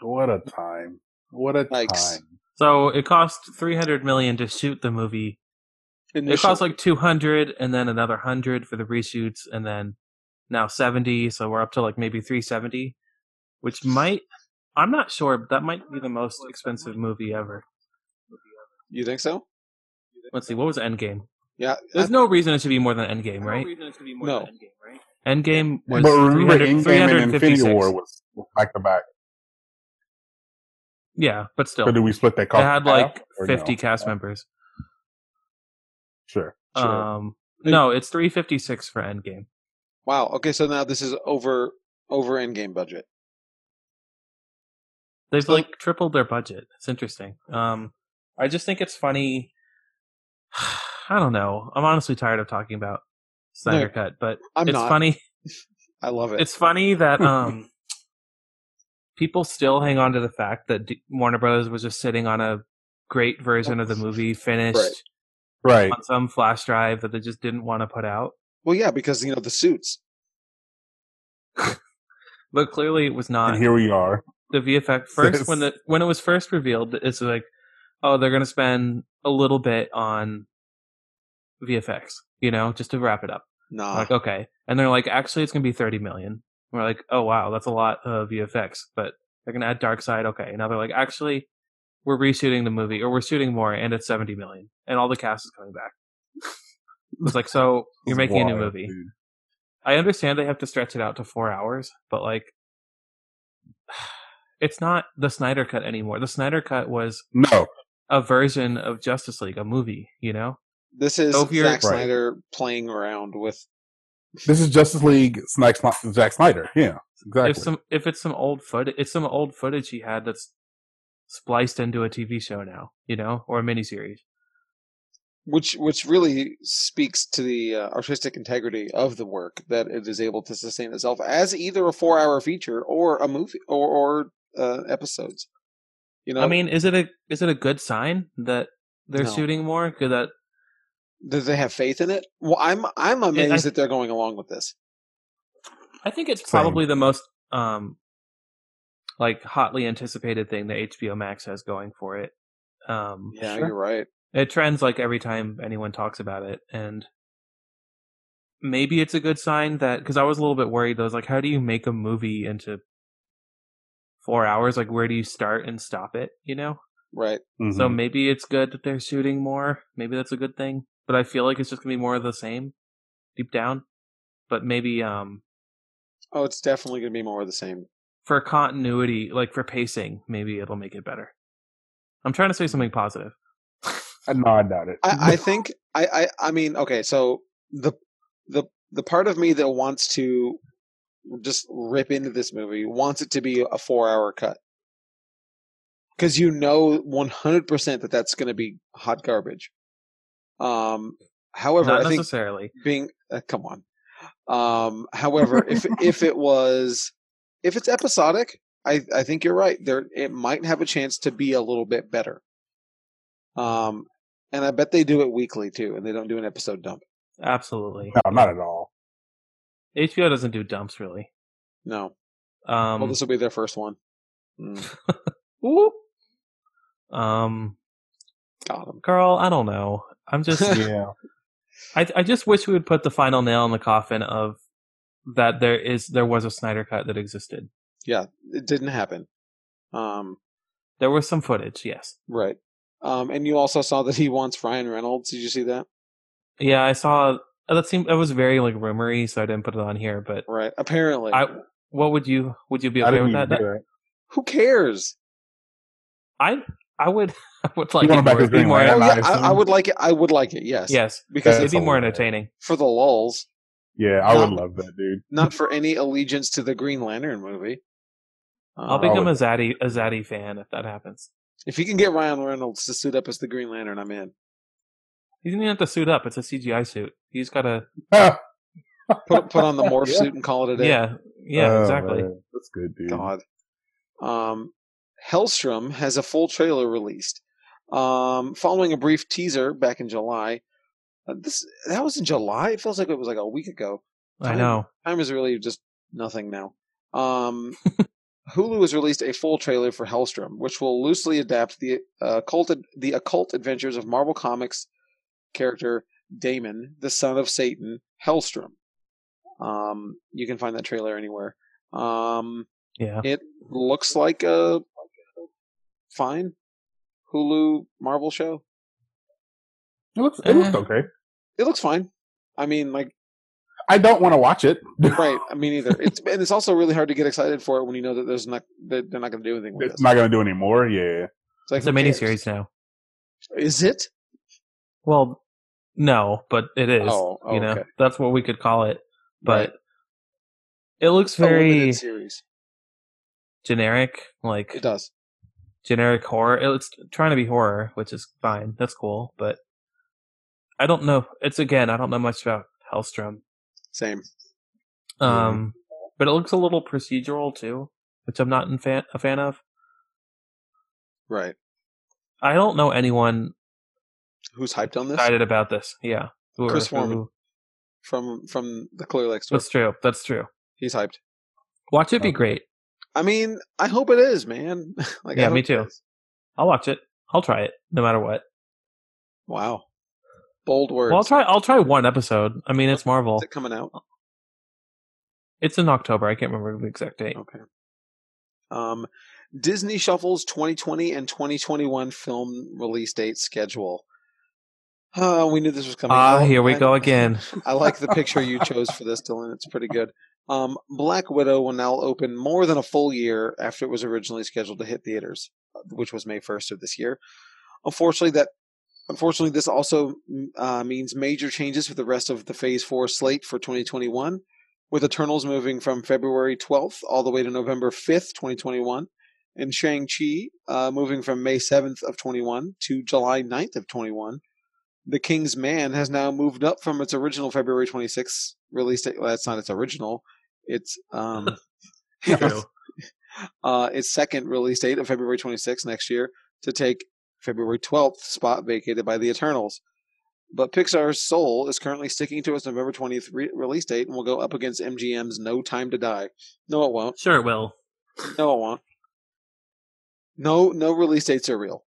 S2: what a time. What a
S1: Yikes.
S2: time.
S3: So it cost three hundred million to shoot the movie. It cost like two hundred, and then another hundred for the reshoots, and then now seventy. So we're up to like maybe three seventy, which might. I'm not sure, but that might be the most expensive movie ever.
S1: you think so?
S3: Let's see, what was Endgame?
S1: Yeah,
S3: There's no reason it should be more than Endgame, right?
S1: no.
S3: Endgame was
S2: but remember,
S3: 300
S2: Endgame and Infinity
S3: 356.
S2: War was back to back.
S3: Yeah, but still,
S2: So do
S3: they
S2: we split that cost?
S3: had
S2: in half,
S3: like
S2: or no? Uh,
S3: fifty cast members.
S2: Sure.
S1: Sure.
S3: Um,
S1: They-
S3: no, it's three fifty six for Endgame.
S1: Wow. Okay, so now this is over over endgame budget.
S3: They've
S1: So-
S3: like tripled their budget. It's interesting. Um, I just think it's funny. I don't know. I'm honestly tired of talking about Snyder
S1: No,
S3: Cut, but
S1: I'm
S3: it's
S1: not.
S3: funny.
S1: I love it.
S3: It's funny that um, people still hang on to the fact that D- Warner Brothers was just sitting on a great version of the movie finished
S1: Right.
S2: Right.
S3: on some flash drive that they just didn't want to put out.
S1: well, yeah, because you know the suits.
S3: But clearly, it was not.
S2: And here we are.
S3: the VFX first when the when it was first revealed, it's like, oh, they're gonna spend a little bit on VFX, you know, just to wrap it up.
S1: Nah.
S3: Like, okay, and they're like, actually, it's gonna be thirty million. And we're like, oh wow, that's a lot of VFX, but they're gonna add Dark Side. Okay, now they're like, actually, we're reshooting the movie, or we're shooting more, and it's seventy million, and all the cast is coming back. it's like, so you're
S2: It's
S3: making a new
S2: wild,
S3: movie.
S2: dude.
S3: I understand they have to stretch it out to four hours, but like, it's not the Snyder Cut anymore. The Snyder Cut was
S2: No.
S3: a version of Justice League, a movie, you know?
S1: this is
S3: So if you're-
S1: Zack
S2: Right.
S1: Snyder playing around with
S2: This is Justice League Snack Sn- Zack Snyder. Yeah. Exactly.
S3: If some if it's some old footage, it's some old footage he had that's spliced into a TV show now, you know, or a miniseries.
S1: which which really speaks to the uh, artistic integrity of the work that it is able to sustain itself as either a four hour feature or a movie or or uh, episodes. You know,
S3: I mean, is it a is it a good sign that they're
S1: No.
S3: shooting more? 'Cause that
S1: do they have faith in it? Well, I'm I'm amazed
S3: I-
S1: that they're going along with this.
S3: I think it's
S2: Same.
S3: probably the most um like hotly anticipated thing that HBO Max has going for it. Um
S1: Yeah,
S2: Sure.
S1: you're right.
S3: it trends like every time anyone talks about it and maybe it's a good sign that because i was a little bit worried i was like how do you make a movie into four hours like where do you start and stop it you know
S1: Right.
S2: Mhm.
S3: so maybe it's good that they're shooting more maybe that's a good thing but i feel like it's just gonna be more of the same deep down but maybe um
S1: Oh, it's definitely going to be more of the same.
S3: for continuity like for pacing maybe it'll make it better i'm trying to say something positive
S2: Uh, no, I doubt it.
S1: I, I think I, I I mean okay so the the the part of me that wants to just rip into this movie wants it to be a four hour cut because you know one hundred percent that that's going to be hot garbage. Um, however,
S3: not
S1: I think
S3: necessarily
S1: being uh, come on. Um, however, if if it was if it's episodic, I I think you're right. There it might have a chance to be a little bit better. Um, and I bet they do it weekly too, and they don't do an episode dump.
S3: absolutely
S2: no, not at all.
S3: hbo doesn't do dumps really
S1: No,
S3: Um,
S1: well, this will be their first one. Mm,
S3: whoop. um,
S1: got 'em.
S3: girl, I don't know. I'm just,
S2: Yeah.
S3: I, I just wish we would put the final nail in the coffin of that there is, there was a Snyder cut that existed.
S1: It didn't happen. Um,
S3: There was some footage, yes.
S1: right. Um, and you also saw that he wants Ryan Reynolds. Did you see that?
S3: Yeah, I saw that seemed that was very like rumory, so I didn't put it on here. But
S1: Right. Apparently,
S3: I, what would you would you be
S2: I
S3: okay
S2: didn't
S3: with
S2: even
S3: that?
S2: do
S3: That-
S2: that.
S1: who cares?
S3: I I would I would like
S2: You want
S3: it
S2: back
S3: more,
S2: his
S3: be
S2: green
S3: more
S2: light?
S1: Oh,
S2: And
S1: yeah,
S2: I assume-
S1: I, I would like it. I would like it. Yes.
S3: yes,
S1: Because
S2: Yeah.
S3: it'd
S1: it's
S3: be more
S2: hilarious.
S3: entertaining.
S1: for the lulls.
S2: Yeah, I would
S1: No.
S2: love that, dude.
S1: not for any allegiance to the Green Lantern movie.
S3: I'll
S1: Um,
S2: be-
S3: become a
S2: would-
S3: Zaddy a Zaddy fan if that happens.
S1: if he can get Ryan Reynolds to suit up as the Green Lantern, I'm in.
S3: He didn't even have to suit up. It's a CGI suit. He's got a
S2: Oh,
S1: Put put on the morph
S2: Yeah.
S1: suit and call it a day.
S3: yeah, yeah,
S2: Oh,
S3: exactly.
S2: man, That's good, dude.
S1: God. Um, Hellstrom has a full trailer released. Um, following a brief teaser back in July. Uh, this that was in July. It feels like it was like a week ago.
S3: I
S1: Time-
S3: know.
S1: Time is really just nothing now. Um, Hulu has released a full trailer for Hellstrom, which will loosely adapt the uh, occult the occult adventures of Marvel Comics character Damon, the son of Satan, Hellstrom. Um, you can find that trailer anywhere. Um,
S3: Yeah.
S1: it looks like a fine Hulu Marvel show.
S2: It looks, it looks
S3: Eh.
S2: okay.
S1: It looks fine. I mean, like
S2: I don't want to watch it.
S1: Right. Me neither. It's and it's also really hard to get excited for it when you know that there's not that they're not going to do anything with
S2: It's
S1: this.
S2: not going to do anymore. Yeah.
S1: It's, like,
S3: It's a
S1: who cares?
S3: miniseries now.
S1: Is it?
S3: Well, no, but it is.
S1: Oh, oh,
S3: you know,
S1: okay.
S3: that's what we could call it. But
S1: Right.
S3: it looks
S1: It's a limited
S3: very
S1: series.
S3: generic, like
S1: It does.
S3: generic horror. It's trying to be horror, which is fine. That's cool, but I don't know. It's again, I don't know much about Hellstrom.
S1: Same.
S3: Um,
S1: Mm-hmm.
S3: but it looks a little procedural too, which I'm not in fan, a fan of.
S1: Right.
S3: I don't know anyone
S1: Who's hyped on this?
S3: excited about this. Yeah, Who-
S1: Chris Foreman.
S3: who-
S1: From from the Clear Lake store.
S3: That's true. That's true.
S1: He's hyped.
S3: Watch it be
S2: Okay.
S3: great.
S1: I mean, I hope it is, man. like, I
S3: Yeah, me
S1: hope it
S3: too.
S1: is.
S3: I'll watch it. I'll try it, no matter what.
S1: Wow. Bold words.
S3: Well, I'll try. I'll try one episode. I mean, it's Marvel.
S1: Is it coming out?
S3: It's in October. I can't remember the exact date.
S1: Okay. Um, Disney shuffles 2020 and 2021 film release date schedule. Uh, we knew this was coming.
S3: Ah,
S1: I-
S3: here we
S1: I-
S3: go again.
S1: I like the picture you chose for this, Dylan. It's pretty good. Um, Black Widow will now open more than a full year after it was originally scheduled to hit theaters, uh, which was May 1st of this year. Unfortunately, that unfortunately this also uh, means major changes for the rest of the Phase Four slate for 2021, with Eternals moving from February 12th all the way to November 5th, 2021, and Shang Chi uh, moving from May 7th of 21 to July 9th of 21. The King's Man has now moved up from its original February 26th release date. Well, that's not its original. It's um,
S3: True.
S1: uh, its second release date of February 26th next year to take February 12th spot vacated by the Eternals. But Pixar's Soul is currently sticking to its November 20th re- release date and will go up against MGM's No Time to Die. No, it won't.
S3: Sure, it will.
S1: No, it won't. No, no release dates are real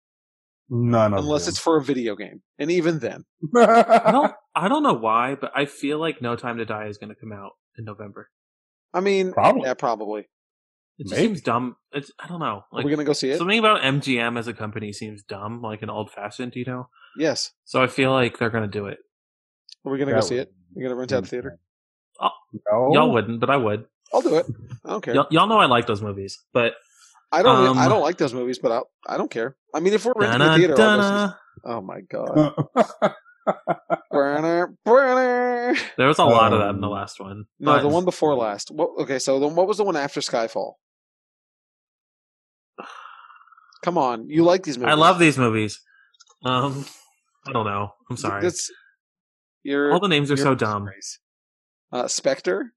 S2: None of
S1: unless it's for a video game, and even then,
S3: I
S2: it's
S3: don't. I don't know why, but I feel like No Time to Die is going to come out in November.
S1: I mean,
S2: probably.
S1: yeah, probably.
S3: It just
S2: Maybe.
S3: seems dumb. It's. I don't know.
S1: Are
S3: Like
S1: we gonna go see it?
S3: something about MGM as a company seems dumb, like an old fashioned. You know.
S1: Yes.
S3: So I feel like they're going to do it.
S1: Are we gonna
S2: That
S1: go see
S2: would-
S1: it? You're gonna
S2: Mm.
S1: rent out the theater?
S3: Oh,
S2: No.
S3: Y'all wouldn't, but I would.
S1: I'll do it. I don't care.
S3: Y'all, y'all know I like those movies, but
S1: I don't.
S3: Um,
S1: I don't like those movies, but I. I don't care. I mean, if we're renting the
S3: Dun-dun,
S1: theater, I'll go see-
S3: dun-dun.
S1: oh my
S2: Uh,
S1: god! Burner, burner.
S3: there was a lot of that in the
S2: Um,
S3: last one.
S1: No,
S3: but-
S1: the one before last. What, okay, so then what was the one after Skyfall? Come on, you like these movies?
S3: I love these movies. Um, I don't know. I'm sorry.
S1: That's you're
S3: All the names are
S1: you're
S3: so
S1: a
S3: dumb.
S1: disgrace. Uh, Spectre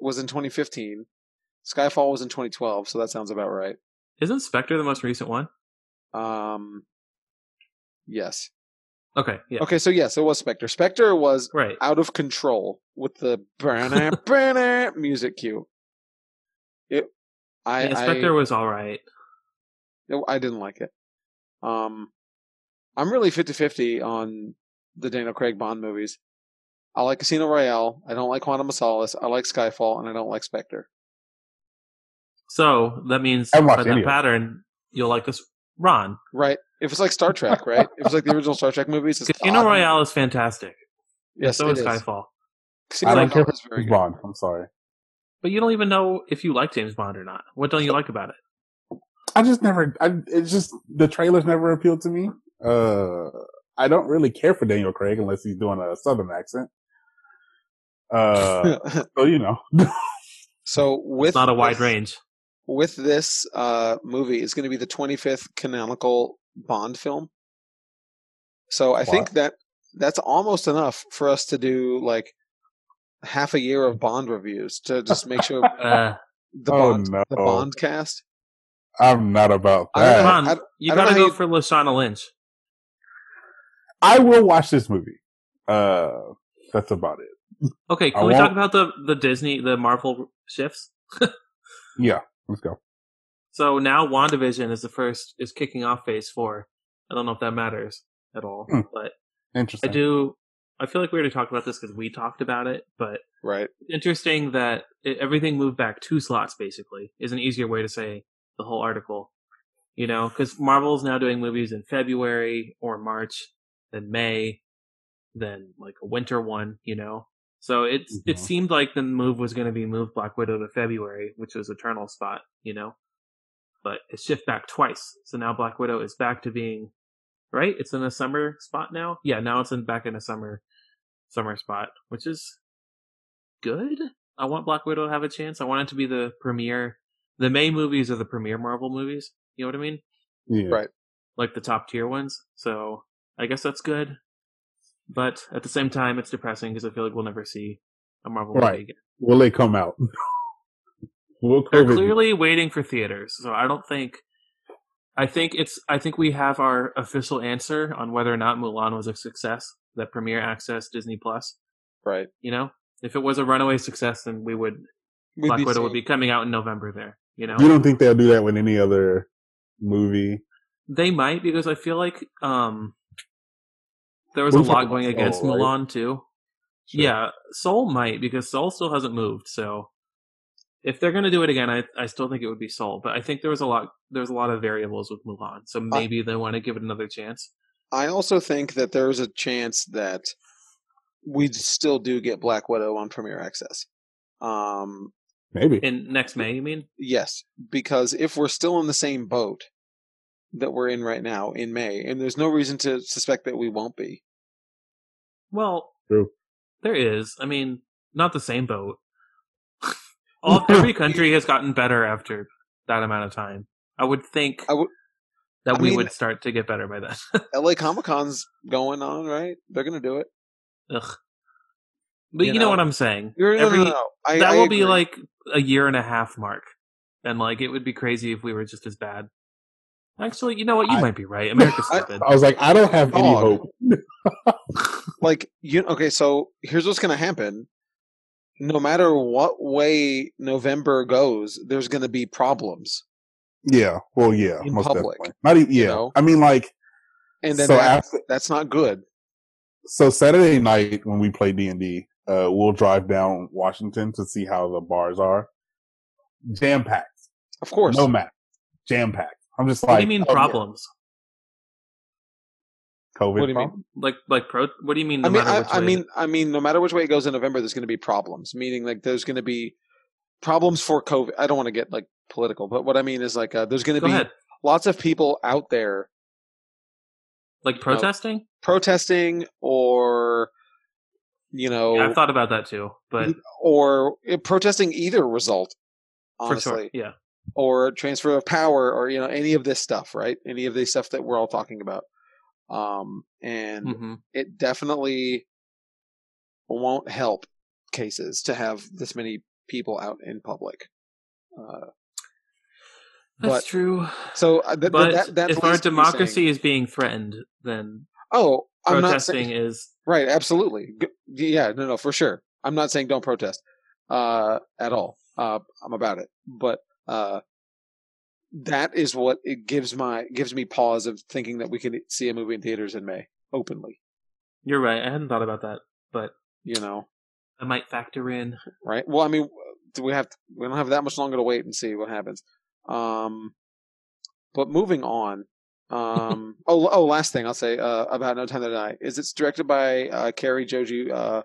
S1: was in 2015. Skyfall was in 2012, so that sounds about right.
S3: Isn't Spectre the most recent one?
S1: Um, yes.
S3: Okay, yeah,
S1: Okay, so yes, it was Spectre. Spectre was
S3: right.
S1: out of control with the burner burner music cue. It, I,
S3: yeah, Spectre was all right.
S1: I, I didn't like it. Um, I'm really 50-50 on the Daniel Craig Bond movies. I like Casino Royale. I don't like Quantum of Solace. I like Skyfall, and I don't like Spectre.
S3: So that means
S2: I haven't
S3: by
S2: watched
S3: that
S2: any of them.
S3: pattern, you'll like this. Ron,
S1: Right? If it's like Star Trek, right? if it's like the original Star Trek movies, it's
S3: Casino
S1: odd.
S3: Royale is fantastic. and
S1: Yes,
S3: so
S1: it
S3: is
S1: is.
S3: Skyfall.
S1: Casino
S2: I don't care
S1: Royale
S2: if
S1: is very
S2: it's
S1: good.
S2: Bond. I'm sorry.
S3: But you don't even know if you like James Bond or not. What don't you like about it?
S2: I just never. I, it's just the trailers never appealed to me. Uh, I don't really care for Daniel Craig unless he's doing a southern accent. Uh, so you know,
S1: so with
S3: It's not a wide
S1: this-
S3: range.
S1: with this uh, movie is going to be the 25th canonical Bond film. So I
S2: Wow.
S1: think that that's almost enough for us to do like half a year of Bond reviews to just make sure
S3: Uh,
S1: the
S2: Mm. Oh,
S1: Bond
S2: no.
S1: the Bond cast.
S2: I'm not about
S1: I don't
S2: that.
S1: know.
S3: Ron,
S1: I-
S3: you
S1: I don't
S3: got to
S1: know
S3: go
S1: how
S3: for Lashana Lynch.
S2: I will watch this movie. Uh, that's about it.
S3: Okay, can
S2: I
S3: we talk
S2: won't-
S3: about the the Disney, the Marvel shifts?
S2: Yeah, let's go.
S3: So now WandaVision is the first is kicking off phase four. I don't know if that matters at all,
S2: Hmm.
S3: but I
S2: Interesting.
S3: do. I feel like we already talked about this because we talked about it, but
S1: Right.
S3: it's interesting that it, everything moved back two slots. Basically, is an easier way to say the whole article. You know, because Marvel's now doing movies in February or March, then May, than like a winter one, you know. So it's it
S2: Mhm.
S3: seemed like the move was going to be move Black Widow to February, which was Eternal spot, you know. But it's shift back twice, so now Black Widow is back to being right. It's in a summer spot now. Yeah, now it's in back in a summer summer spot, which is good. I want Black Widow to have a chance. I want it to be the premiere. The May movies are the premiere Marvel movies. You know what I mean?
S2: Yeah.
S1: Right.
S3: like the top tier ones. So I guess that's good. But at the same time, it's depressing because I feel like we'll never see a Marvel
S2: Right.
S3: movie again.
S2: Will they come out? Will
S3: They're
S2: COVID?
S3: clearly waiting for theaters, so I don't think. I think it's. I think we have our official answer on whether or not Mulan was a success. That premiere access Disney Plus.
S1: Right.
S3: You know, if it was a runaway success, then we would
S1: We'd
S3: Black Widow
S1: seeing-
S3: would be coming out in November. There, you know.
S2: You don't think they'll do that with any other movie?
S3: They might because I feel like um there was
S2: We're
S3: a lot
S2: talking
S3: going
S2: about
S3: against
S2: Soul, oh, right?
S3: Milan too.
S2: Sure.
S3: Yeah, Soul might because Soul still hasn't moved. So if they're going to do it again, I I still think it would be Soul, but I think there was a lot there's a lot of variables with Milan. So maybe they want to give it another chance.
S1: I also think that there's a chance that we still do get Black Widow on Premier Access. Um,
S2: Maybe.
S3: In next May, you mean?
S1: yes, because if we're still in the same boat that we're in right now in May, and there's no reason to suspect that we won't be.
S3: Well,
S2: True.
S3: there is. I mean, not the same boat. All every country has gotten better after that amount of time. I would think
S1: I would-
S3: that
S1: I
S3: we
S1: mean-
S3: would start to get better by then.
S1: LA Comic Con's going on, right? They're going to do it.
S3: Ugh. But
S1: You
S3: you, know,
S1: know?
S3: what I'm saying.
S1: No, no, no,
S3: Every-
S1: no, no. I,
S3: that
S1: I
S3: will be
S1: agree.
S3: like a year and a half mark, and like it would be crazy if we were just as bad. Actually, you know what? You
S2: I-
S3: might be right. America's
S1: I-
S3: stupid.
S2: I was like, I don't have any
S1: Dog.
S2: hope.
S1: like you okay so here's what's going to happen no matter what way november goes there's going to be problems
S2: Yeah. Well, yeah.
S1: In
S2: most
S1: public.
S2: definitely. Not even. Yeah.
S1: know?
S2: I mean, like,
S1: and then
S2: so
S1: that,
S2: after
S1: that's not good
S2: so Saturday night when we play D and D, uh, we'll drive down Washington to see how the bars are. Jam packed.
S1: of course
S2: No map. Jam packed. I'm just like.
S3: what do you mean
S2: oh,
S3: problems?
S1: What do
S2: COVID.
S1: you mean?
S2: problem?
S3: Like like pro? What do you mean? No
S1: i mean
S3: matter
S1: I,
S3: which
S1: I
S3: way
S1: mean
S3: that-
S1: i mean no matter which way it goes in november there's going to be problems meaning like there's going to be problems for covid i don't want to get like political but what i mean is like uh, there's going to
S3: go
S1: be
S3: ahead.
S1: lots of people out there
S3: Like protesting?
S1: protesting or you know
S3: Yeah, I've thought about that too, but
S1: or eh, protesting either result
S3: for
S1: honestly
S3: sure, yeah.
S1: or transfer of power or you know any of this stuff right any of the stuff that we're all talking about um and
S3: hmm
S1: it definitely won't help cases to have this many people out in public uh,
S3: That's
S1: but
S3: true.
S1: so uh, th-
S3: but
S1: th- that, that
S3: if our
S1: leads to me saying-
S3: democracy is being threatened, then
S1: oh i'm not
S3: protesting
S1: saying
S3: is
S1: right absolutely G- yeah no no for sure i'm not saying don't protest uh at all uh i'm about it but uh that is what it gives my gives me pause of thinking that we can see a movie in theaters in may openly
S3: You're right. I hadn't thought about that.
S1: you know
S3: I might factor in.
S1: right well i mean do we have we don't have that much longer to wait and see what happens um but moving on um oh oh last thing i'll say uh about no time to die is it's directed by uh Kerry joji uh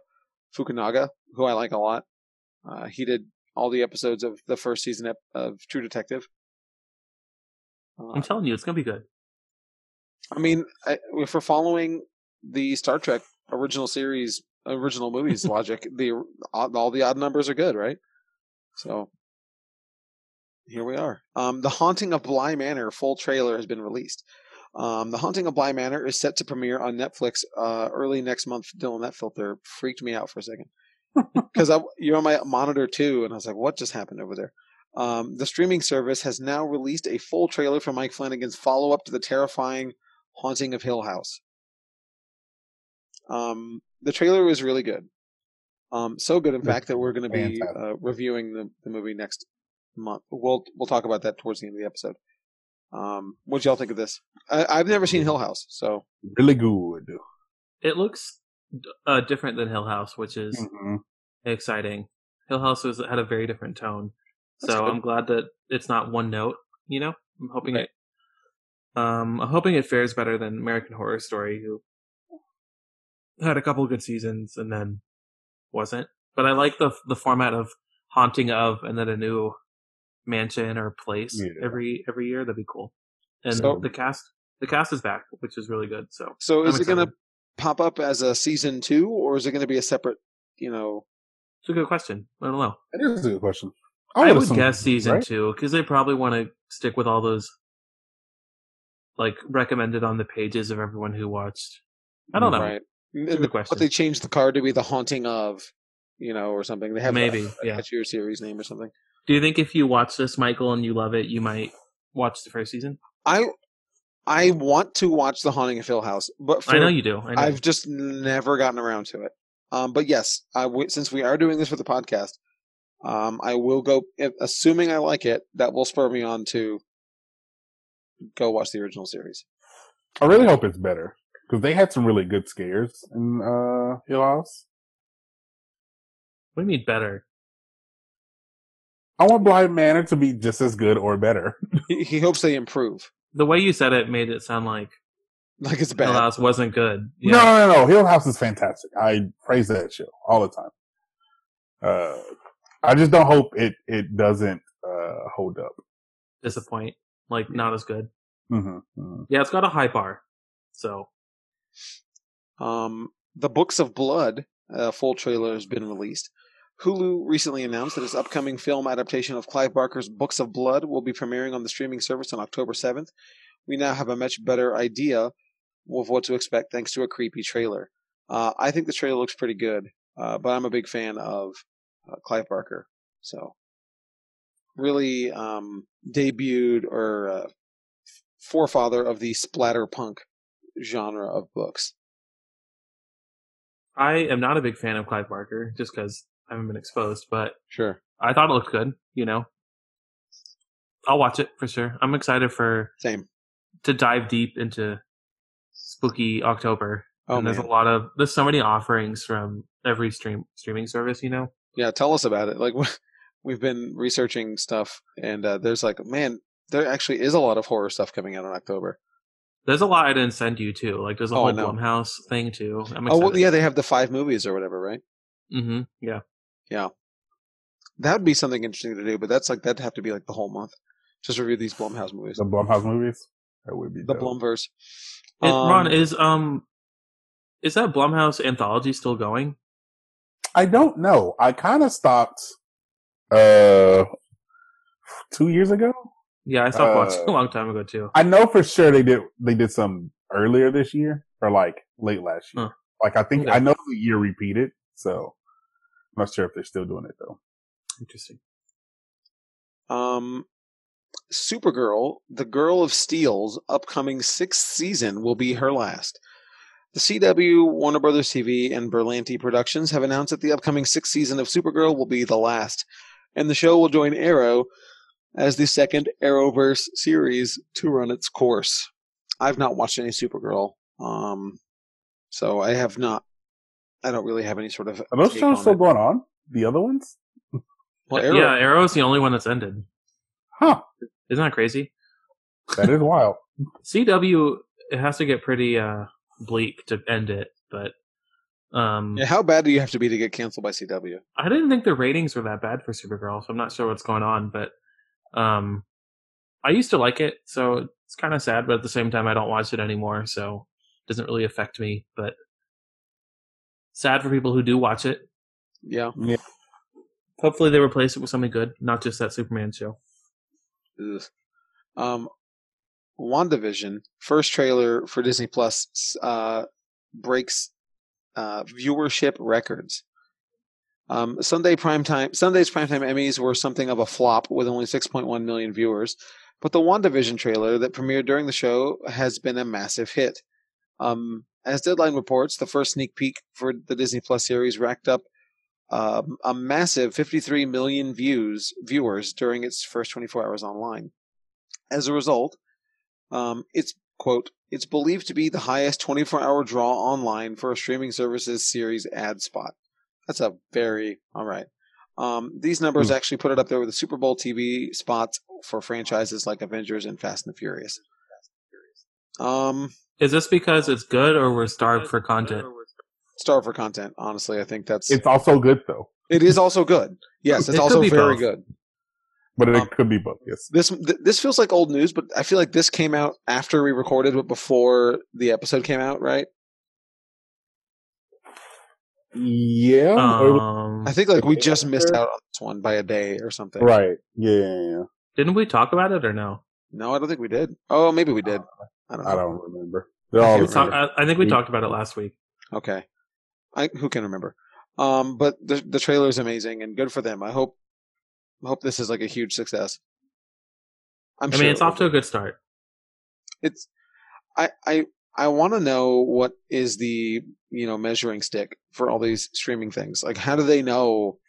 S1: fukunaga who i like a lot uh he did all the episodes of the first season ep- of true detective Uh,
S3: I'm telling you, it's gonna be good.
S1: I mean, I, if we're following the Star Trek original series, original movies logic, the odd- all the odd numbers are good, right? So here we are. Um, the Haunting of Bly Manor full trailer has been released. Um, the Haunting of Bly Manor is set to premiere on Netflix uh, early next month. Dylan, that filter freaked me out for a second because I you're on my monitor too, and I was like, "What just happened over there?" Um, the streaming service has now released a full trailer for Mike Flanagan's follow-up to the terrifying Haunting of Hill House. Um, the trailer was really good, um, so good in fact that we're going to be
S2: Fantastic.
S1: uh, reviewing the, the movie next month. We'll we'll talk about that towards the end of the episode. Um, what y'all think of this? I, I've never seen Hill House, so
S2: Really good.
S3: It looks uh, different than Hill House, which is
S2: Mhm.
S3: exciting. Hill House was, had a very different tone,
S1: That's
S3: so
S1: good.
S3: I'm glad that it's not one note. You know, I'm hoping
S1: Right.
S3: it. Um, I'm hoping it fares better than American Horror Story, who had a couple good seasons and then wasn't. But I like the the format of haunting of and then a new mansion or place
S2: Yeah.
S3: every every year. That'd be cool. And
S1: So-
S3: the cast the cast is back, which is really good. So
S1: So is
S3: I'm
S1: it going to
S3: excited.
S1: pop up as a season two, or is it going to be a separate? You know,
S3: it's a good question. I don't know.
S2: That is a good question.
S3: I would
S2: assume-
S3: guess season
S2: right?
S3: two because they probably want to stick with all those like recommended on the pages of everyone who watched. I don't know.
S1: right?
S3: It's a good
S1: But
S3: question.
S1: they changed the card to be the haunting of, you know, or something. They have
S3: Maybe,
S1: a,
S3: yeah.
S1: that's your series name or something.
S3: Do you think if you watch this, Michael, and you love it, you might watch the first season?
S1: I I want to watch the haunting of Hill House, but for,
S3: I know you do. I know.
S1: I've just never gotten around to it. Um, but yes, I w- since we are doing this for the podcast, um, I will go. If, assuming I like it, that will spur me on to go watch the original series.
S2: I really hope it's better because they had some really good scares in uh, Hill House.
S3: we need better.
S2: I want Blind Manor to be just as good or better.
S1: he, he hopes they improve.
S3: The way you said it made it sound like
S1: Like it's
S3: Hill
S1: bad.
S3: House wasn't good. Yeah.
S2: No, no, no. Hill House is fantastic. I praise that show all the time. Uh, I just don't hope it it doesn't uh, hold up.
S3: Disappoint. Like not as good.
S2: hmm hmm
S3: Yeah, it's got a high bar. So
S1: Um, the Books of Blood uh, full trailer has been released. Hulu recently announced that its upcoming film adaptation of Clive Barker's Books of Blood will be premiering on the streaming service on October 7th. We now have a much better idea of what to expect thanks to a creepy trailer. Uh, I think the trailer looks pretty good, uh, but I'm a big fan of uh, Clive Barker. So, really um, debuted or uh, forefather of the splatter punk genre of books.
S3: I am not a big fan of Clive Barker just because I haven't been exposed, but
S1: Sure.
S3: I thought it looked good. You know, I'll watch it for sure. I'm excited for
S1: Same.
S3: to dive deep into spooky October.
S1: Oh
S3: and there's
S1: man.
S3: a lot of there's so many offerings from every stream streaming service. You know,
S1: Yeah, tell us about it. Like we've been researching stuff, and uh, there's like, man, there actually is a lot of horror stuff coming out in October.
S3: there's a lot I didn't send you too. Like there's a
S1: Oh, I know.
S3: whole Blumhouse thing too. I'm
S1: Oh
S3: excited.
S1: well, yeah, they have the five movies or whatever, right?
S3: Mm-hmm. Yeah.
S1: That would be something interesting to do, but that's like that'd have to be like the whole month. Just review these Blumhouse movies,
S2: The Blumhouse movies. That would be
S1: the
S2: dope.
S1: Blumverse.
S3: It,
S1: Um,
S3: Ron is um, is that Blumhouse anthology still going?
S2: I don't know. I kind of stopped uh two years ago.
S3: Yeah, I stopped
S2: Uh,
S3: watching a long time ago too.
S2: I know for sure they did they did some earlier this year or like late last year.
S3: Huh.
S2: Like I think
S3: Okay.
S2: I know the year repeated, so I'm not sure if they're still doing it though.
S3: Interesting.
S1: Um, Supergirl, the Girl of Steel's upcoming sixth season will be her last. The CW, Warner Brothers TV, and Berlanti Productions have announced that the upcoming sixth season of Supergirl will be the last, and the show will join Arrow as the second Arrowverse series to run its course. I've not watched any Supergirl, um, so I have not. I don't really have any sort of.
S2: Are those
S1: take
S2: shows
S1: on
S2: still
S1: it.
S2: going on? The other ones?
S1: Well,
S3: Uh,
S1: Arrow,
S3: Yeah, Arrow's the only one that's ended.
S2: Huh.
S3: Isn't that crazy?
S2: That is wild.
S3: CW it has to get pretty uh bleak to end it, but um
S1: yeah, How bad do you have to be to get canceled by CW?
S3: I didn't think the ratings were that bad for Supergirl, so I'm not sure what's going on, but um I used to like it, so it's kind of sad, but at the same time I don't watch it anymore, so it doesn't really affect me, but sad for people who do watch it.
S1: Yeah.
S3: Hopefully they replace it with something good, not just that Superman show.
S1: Ugh. Um, WandaVision first trailer for Disney Plus uh, breaks uh, viewership records. Um, Sunday primetime Sunday's primetime Emmys were something of a flop with only 6.1 million viewers, but the WandaVision trailer that premiered during the show has been a massive hit. Um, as Deadline reports, the first sneak peek for the Disney Plus series racked up um, a massive 53 million views viewers during its first 24 hours online. As a result, um, it's quote it's believed to be the highest 24-hour draw online for a streaming services series ad spot. That's a very all right. Um, these numbers
S2: Hmm.
S1: actually put it up there with the Super Bowl TV spots for franchises like Avengers and Fast and the Furious. Um,
S3: Is this because it's good or we're starved for content?
S1: starved for content. Honestly, I think that's
S2: It's also good though,
S1: it is also good. Yes, it's
S3: It could
S1: also
S3: be
S1: very
S3: both.
S1: good.
S2: but it
S1: Um,
S2: could be both. Yes.
S1: This th- this feels like old news, but I feel like this came out after we recorded, but before the episode came out, right?
S2: Yeah. or-
S3: Um,
S1: I think like we just missed out on this one by a day or something.
S2: right. Yeah, yeah, yeah.
S3: didn't we talk about it or no?
S1: No, I don't think we did. Oh, maybe we did. I don't know.
S2: I don't remember. They're all
S3: We
S2: the
S1: It's not- uh,
S3: talk,
S2: same.
S3: I, I think we
S2: We-
S3: talked about it last week.
S1: Okay. I who can remember? Um, but the the trailer is amazing and good for them. I hope I hope this is like a huge success. I'm
S3: I
S1: sure
S3: mean, it's
S1: it will
S3: off to
S1: be.
S3: a good start.
S1: it's I I I want to know what is the you know measuring stick for all these streaming things. Like, how do they know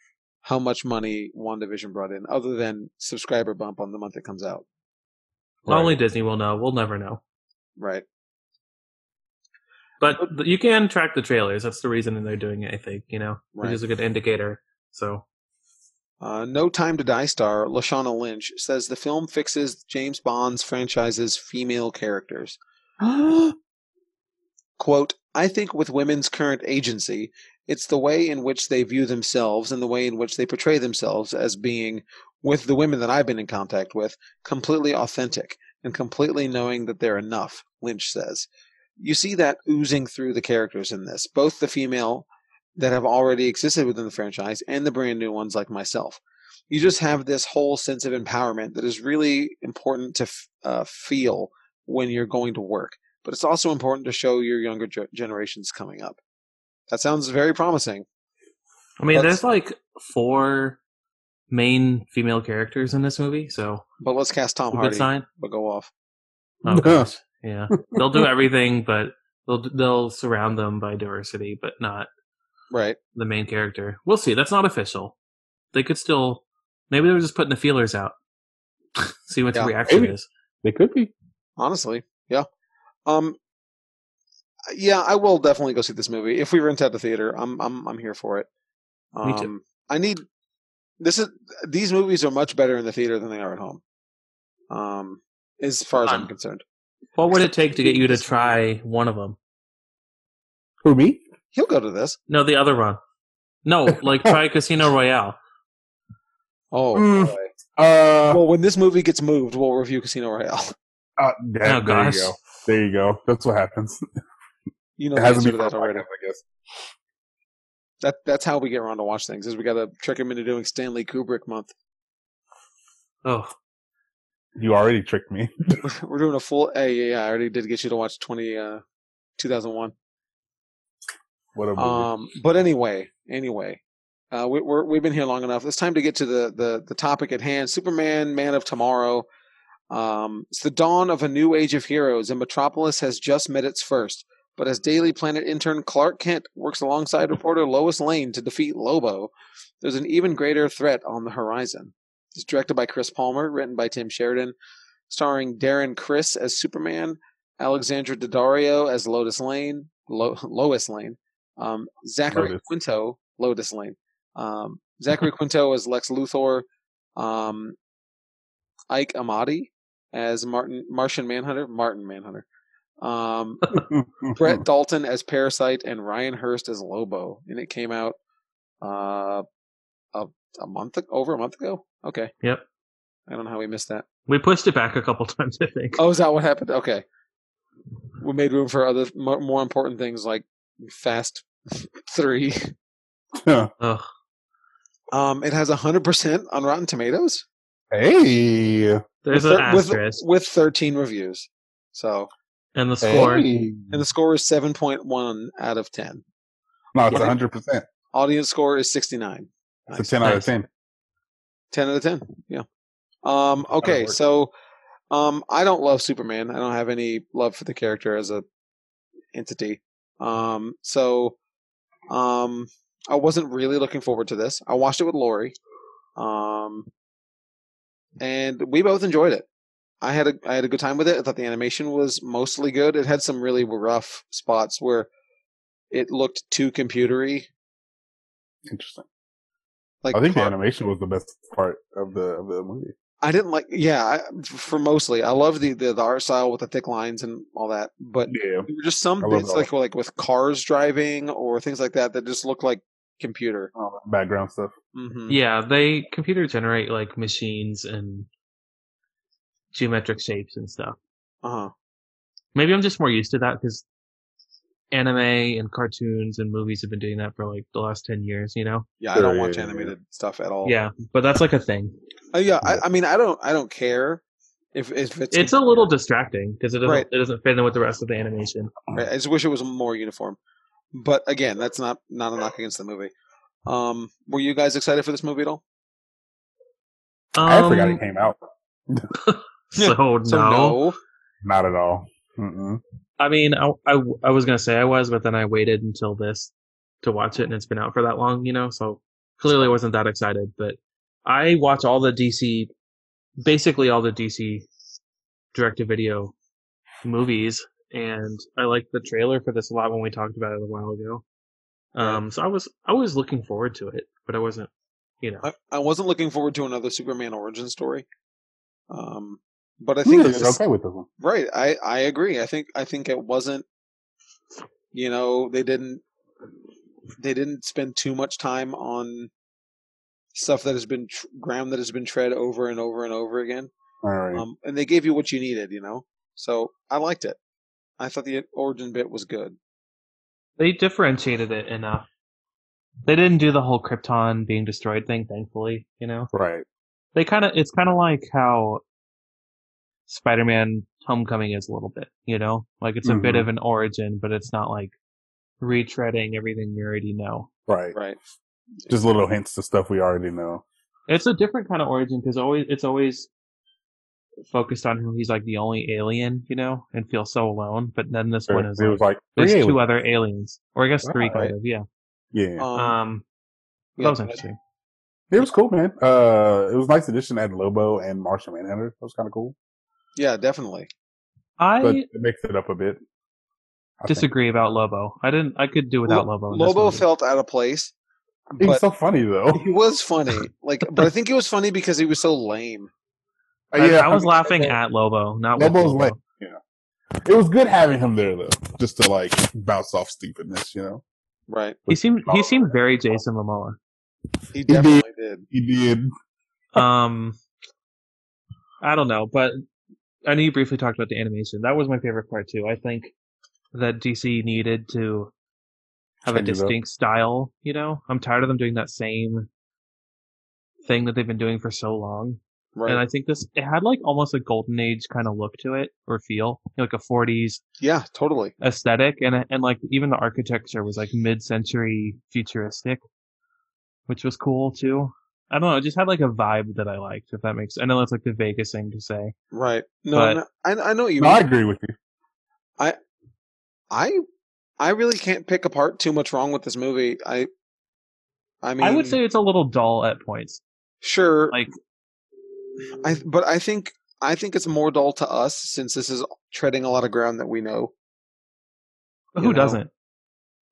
S1: how much money WandaVision brought in, other than subscriber bump on the month it comes out,
S2: Right.
S3: Only Disney will know. We'll never know.
S1: right?
S3: But th- you can track the trailers. That's the reason they're doing it. I think you know,
S1: Right.
S3: which is a good indicator. So
S1: Uh, no Time to Die star Lashana Lynch says the film fixes James Bond's franchise's female characters. Quote, I think with women's current agency, it's the way in which they view themselves and the way in which they portray themselves as being, with the women that I've been in contact with, completely authentic and completely knowing that they're enough, Lynch says. You see that oozing through the characters in this, both the female that have already existed within the franchise and the brand new ones like myself. You just have this whole sense of empowerment that is really important to f- uh, feel when you're going to work but it's also important to show your younger ge- generations coming up. That sounds very promising.
S3: I mean,
S1: That's-
S3: there's like four main female characters in this movie, so
S1: But let's cast Tom
S3: a good
S1: Oh, Hardy,
S3: sign.
S1: but go off.
S3: Oh gosh, yeah, they'll do everything, but they'll they'll surround them by diversity, but not
S1: Right.
S3: the main character. We'll see. That's not official. They could still maybe they were just putting the feelers out, see what
S1: Yeah.
S3: the reaction
S2: Maybe.
S3: is.
S2: They could be.
S1: Honestly, yeah. Um, yeah, I will definitely go see this movie if we rent out the theater. I'm I'm I'm here for it. Um,
S3: Me too.
S1: I need this is these movies are much better in the theater than they are at home. Um, as far as I'm
S3: Um,
S1: concerned,
S3: What would it take to get you to try one of them?
S2: Who me?
S1: he'll go to this.
S3: No, the other one. No, like try Casino Royale.
S1: Oh.
S2: Mm.
S1: boy.
S2: Uh,
S1: Well, when this movie gets moved, we'll review Casino Royale.
S2: uh
S3: Oh
S2: there, there
S3: gosh,
S2: you go. There you go. That's what happens.
S1: You know
S2: It
S1: the
S2: hasn't
S1: answer to
S2: been
S1: that already.
S2: I guess.
S1: That that's how we get around to watch things is we got to trick him into doing Stanley Kubrick month.
S3: oh,
S2: You already tricked me.
S1: We're doing a full. Hey, yeah, yeah, I already did get you to watch twenty uh, two thousand one.
S2: What a movie.
S1: Um, but anyway, anyway, uh, we, we're we've been here long enough. It's time to get to the the the topic at hand. Superman, Man of Tomorrow. Um, it's the dawn of a new age of heroes, and Metropolis has just met its first. But as Daily Planet intern Clark Kent works alongside reporter Lois Lane to defeat Lobo, there's an even greater threat on the horizon. It's directed by Chris Palmer, written by Tim Sheridan, starring Darren Chris as Superman, Alexandra Daddario as Lotus Lane, Lo- Lois Lane, um, Zachary
S2: Lotus.
S1: Quinto, Lotus Lane, um, Zachary Quinto as Lex Luthor, um, Ike Amati as Martin Martian Manhunter, Martin Manhunter, um,
S3: Hmm.
S1: Brett Dalton as Parasite, and Ryan Hurst as Lobo, and it came out uh, a a month ag- over a month ago. Okay.
S3: Yep.
S1: I don't know how we missed that.
S3: we pushed it back a couple times. I think.
S1: Oh, is that what happened? Okay. We made room for other mo- more important things like Fast Three.
S3: Ugh.
S1: Um, it has hundred percent on Rotten Tomatoes.
S2: hey.
S3: There's an
S1: with, thir- with-
S3: asterisk,
S1: with thirteen reviews. So
S3: and the score.
S2: Hey.
S3: Hmm.
S1: and the score is seven point one out of ten.
S2: No, it's
S1: Yeah.
S2: 100%. It's
S1: Audience score is sixty nine.
S2: a 10 out of
S3: Nice.
S2: 10.
S1: 10 out of 10 yeah um okay
S2: work.
S1: so um i don't love superman i don't have any love for the character as a entity um so um i wasn't really looking forward to this i watched it with lori um and we both enjoyed it i had a i had a good time with it i thought the animation was mostly good it had some really rough spots where it looked too computery
S2: Interesting.
S1: like
S2: I think the
S1: car-
S2: animation was the best part of the of the movie.
S1: I didn't like. Yeah, I, f- for mostly, I love the, the the art style with the thick lines and all that. But
S2: Yeah.
S1: there were just some
S2: I love
S1: bits
S2: that.
S1: like like with cars driving or things like that that just look like computer.
S2: All that background stuff.
S1: hmm
S3: Yeah, they computer generate like machines and geometric shapes and stuff.
S1: Uh-huh.
S3: Maybe I'm just more used to that because anime and cartoons and movies have been doing that for like the last 10 years, you know?
S1: Yeah, I
S2: Sure,
S1: don't
S2: yeah,
S1: watch
S2: yeah,
S1: animated stuff at all.
S3: Yeah, but that's like a thing.
S1: Uh, yeah. I, I mean, I don't. I don't care if if it's.
S3: It's a little distracting because it doesn't
S1: Right.
S3: it doesn't fit in with the rest of the animation.
S1: I just wish it was more uniform. But again, that's not not a knock against the movie. Um, were you guys excited for this movie at all?
S3: Um,
S2: I forgot it came out.
S3: So,
S1: So
S3: no.
S1: no.
S2: Not at all. Mm-mm.
S3: I mean, I, I, I was gonna say I was, but then I waited until this to watch it, and it's been out for that long, you know. So clearly, I wasn't that excited. But I watch all the DC, basically all the DC direct-to-video movies, and I liked the trailer for this a lot when we talked about it a while ago. Um, so I was I was looking forward to it, but I wasn't, you know.
S1: I, I wasn't looking forward to another Superman origin story. Um, but
S3: Hmm.
S1: I
S2: I think
S1: think
S2: it's
S1: this-
S2: okay with this one.
S1: right. I I agree. I think I think it wasn't. You know, they didn't they didn't spend too much time on stuff that has been tr- ground that has been tread over and over and over again.
S2: All right.
S1: Um, and they gave you what you needed. You know, so I liked it. I thought the origin bit was good.
S3: they differentiated it enough. They didn't do the whole Krypton being destroyed thing, thankfully, you know.
S2: right.
S3: they kind of it's kind of like how spider-man homecoming is a little bit you know like it's a bit
S2: Mhm.
S3: of an origin but it's not like retreading everything we already know
S2: Right.
S1: Right.
S2: Just little hints to stuff we already know.
S3: it's a different kind of origin because always it's always focused on who he's like the only alien you know and feels so alone but then this one is
S2: it
S3: like,
S2: was like
S3: there's
S2: three
S3: two
S2: aliens.
S3: other aliens or i guess three
S1: Right.
S3: kind of yeah
S2: Yeah.
S1: Um,
S3: um
S1: yeah,
S3: that was
S1: but-
S3: interesting
S2: It was cool, man. Uh, it was nice addition adding Lobo and Martian Manhunter. That was kind of cool.
S1: yeah, definitely.
S3: i
S2: But it mixed it up a bit. I think.
S3: disagree about lobo i didn't i could do without
S1: Lo-
S3: lobo in this
S1: Lobo
S3: movie.
S1: felt out of place,
S2: He was
S1: but
S2: so funny though.
S1: he was funny. Like, but I think he was funny because he was so lame.
S3: I, I was
S2: mean,
S3: laughing at Lobo, not with
S2: Lobo's
S3: Lobo.
S2: lame. It was good having him there though, just to like bounce off stupidness. You know,
S1: Right.
S3: He seemed he seemed very Jason Momoa.
S1: He
S2: did.
S1: definitely did.
S2: he did.
S3: Um, I don't know, but I know you briefly talked about the animation. That was my favorite part too. I think that DC needed to have
S2: Change it
S3: a
S2: up.
S3: distinct style. You know, I'm tired of them doing that same thing that they've been doing for so long.
S1: Right.
S3: And I think this it had like almost a golden age kind of look to it or feel, like a 40s
S1: yeah, totally.
S3: aesthetic and and like even the architecture was like mid-century futuristic which was cool too i don't know it just had like a vibe that i liked if that makes i know that's like the vegas thing to say
S1: Right. No,
S3: But-
S1: no, I I know what you
S2: No, I
S1: mean.
S2: agree with you.
S1: I I really can't pick apart too much wrong with this movie. I I mean,
S3: i would say it's a little dull at points
S1: sure.
S3: like-
S1: I but I think I think it's more dull to us since this is treading a lot of ground that we know.
S3: But
S1: You
S3: who
S1: know.
S3: doesn't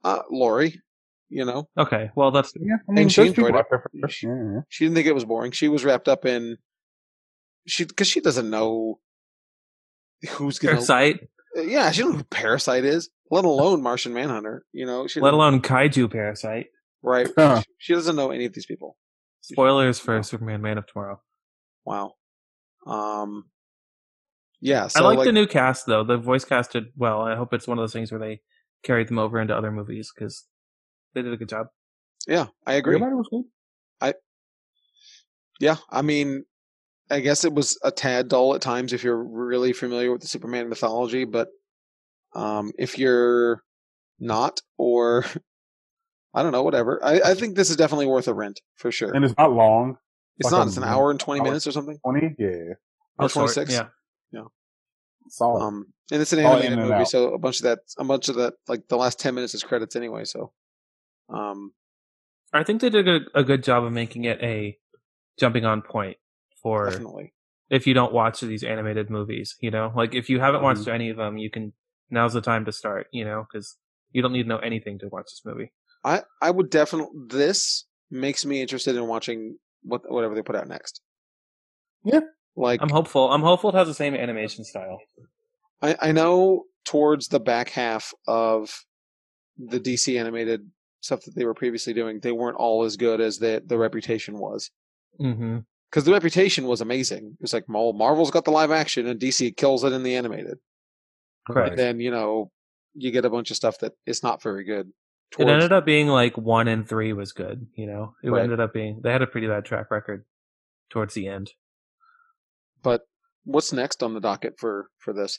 S1: Uh, Lori, you know,
S3: okay well that's
S2: Yeah, I
S1: And
S2: mean,
S1: she
S2: there's people
S1: enjoyed it.
S2: out there for sure. Yeah, yeah.
S1: she didn't think it was boring. She was wrapped up in she because she doesn't know who's gonna.
S3: parasite
S1: Uh, Yeah, she doesn't know who Parasite is, let alone Martian Manhunter. You know, she
S3: let alone kaiju parasite
S1: right.
S2: Huh.
S1: She doesn't know any of these people.
S3: spoilers for superman man of tomorrow
S1: Wow. Um. Yeah. So
S3: i like,
S1: like,
S3: the new cast though the voice cast did well i hope it's one of those things where they carried them over into other movies because they did a good job
S1: yeah, I agree.
S2: Everybody was cool.
S1: Yeah, I mean, I guess it was a tad dull at times if you're really familiar with the Superman mythology, but um, if you're not, or I don't know, whatever. I, I think this is definitely worth a rent for sure.
S2: and it's not long.
S1: it's
S2: like
S1: not.
S2: a-
S1: It's an hour and twenty
S2: hour.
S1: minutes or something.
S2: Twenty, yeah,
S1: Or
S3: Oh, short,
S1: 26?
S3: yeah
S2: solid.
S1: Um, and it's an
S2: All Oh, in
S1: animated
S2: and
S1: movie,
S2: out.
S1: so a bunch of that, a bunch of that, like the last ten minutes is credits anyway. So, um,
S3: I think they did a, a good job of making it a jumping on point for
S1: definitely,
S3: if you don't watch these animated movies, you know, like if you haven't watched
S1: Mm-hmm.
S3: any of them, you can now's the time to start, you know, because you don't need to know anything to watch this movie.
S1: I I would definitely. This makes me interested in watching what whatever they put out next. Like
S3: I'm hopeful. I'm hopeful it has the same animation style.
S1: I, I know towards the back half of the DC animated stuff that they were previously doing, they weren't all as good as the the reputation was.
S3: Mm-hmm.
S1: Because the reputation was amazing. It was like, well, Marvel's got the live action and DC kills it in the animated.
S3: Correct.
S1: And then, you know, you get a bunch of stuff that is not very good.
S3: It
S1: Towards,
S3: ended up being like one and three was good. You know, it
S1: Right.
S3: ended up being they had a pretty bad track record towards the end.
S1: But what's next on the docket for for this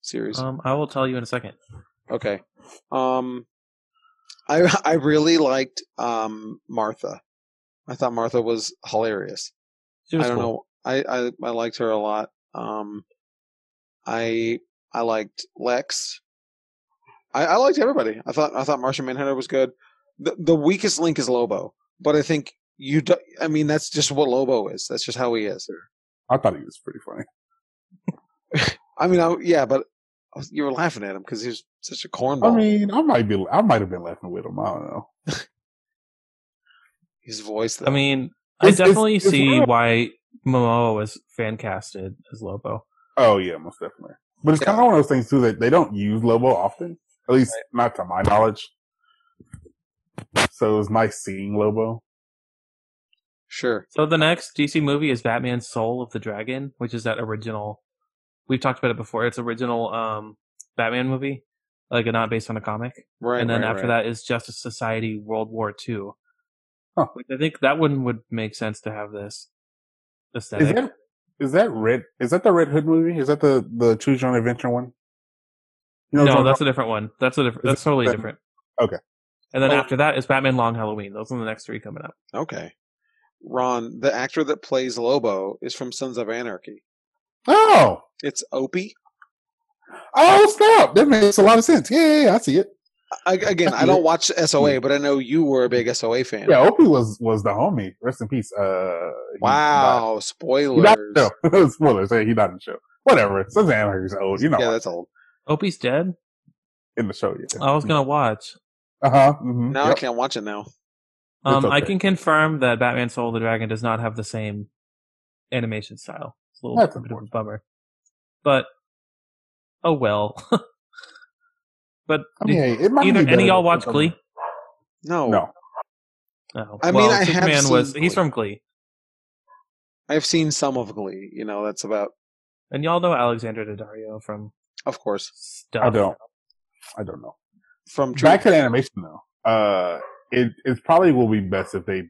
S1: series?
S3: Um, I will tell you in a second.
S1: okay. Um I I really liked um Martha. I thought Martha was hilarious.
S3: It was
S1: I don't
S3: cool.
S1: know. I, I I liked her a lot. Um, I I liked Lex. I, I liked everybody. I thought I thought Martian Manhunter was good. The the weakest link is Lobo, but I think you. Do, I mean, that's just what Lobo is. That's just how he is.
S2: I thought he was pretty funny.
S1: I mean, I, yeah, but you were laughing at him because he was such a cornball.
S2: I mean, I might be, I might have been laughing with him. I don't know.
S1: His voice. Though.
S3: I mean, I
S2: It's- it's-
S3: definitely
S2: it's
S3: see
S2: weird.
S3: why Momoa was fan casted as Lobo.
S2: Oh yeah, most definitely. But it's kind of one of those things too that they don't use Lobo often, at least not to my knowledge. So it was nice seeing Lobo.
S1: sure.
S3: So the next DC movie is Batman: Soul of the Dragon, which is that original. We've talked about it before. It's original um, Batman movie, like not based on a comic.
S1: Right.
S3: and then
S1: right,
S3: after
S1: right.
S3: that is Justice Society World War II.
S2: Huh.
S3: Which I think that one would make sense to have this aesthetic.
S2: Is that is that red? Is that the Red Hood movie? Is that the the Choose Your Own Adventure one? You know what
S3: no,
S2: I'm
S3: that's
S2: talking
S3: a different one. That's a different.
S2: Is
S3: That's
S2: it
S3: totally
S2: Batman?
S3: different.
S2: Okay.
S3: And then
S1: Oh.
S3: after that is Batman Long Halloween. Those are the next three coming up.
S1: Okay. Ron, the actor that plays Lobo, is from Sons of Anarchy.
S2: about?
S1: It's Opie.
S2: Oh, oh, snap! That makes a lot of sense. Yeah, yeah, yeah I see it.
S1: I, again, I don't watch SOA, but I know you were a big SOA fan.
S2: Yeah, Opie was was the homie. Rest in peace. Uh, he died.
S1: Wow,
S2: He
S1: spoilers.
S2: died in the show. Spoilers. Hey, he died in the show. Whatever. Sons of Anarchy's old. You know,
S1: yeah, that's old.
S2: Mm-hmm.
S3: Opie's dead.
S2: in the show. Yeah.
S3: I was gonna watch.
S2: Uh huh. hmm
S1: Now I can't watch it now.
S2: It's
S3: Um, I
S2: okay.
S3: can confirm that Batman Soul of the Dragon does not have the same animation style. It's a little
S2: That's
S3: bit of a
S2: unfortunate.
S3: bummer, but oh well. but
S2: I mean, hey, it might
S3: either
S2: be better
S3: any of y'all
S2: than
S3: watch
S2: something-
S3: Glee?
S1: No,
S2: No.
S3: No.
S1: I mean,
S3: oh, well,
S1: I have
S3: Superman was
S1: seen
S3: he's
S1: Glee.
S3: from Glee.
S1: I've seen some of Glee. You know, that's about,
S3: And y'all know Alexander Daddario from
S1: of course,
S3: stuff.
S2: I don't. I don't know.
S1: from True.
S2: Back to the animation though. Uh, it it probably will be best if they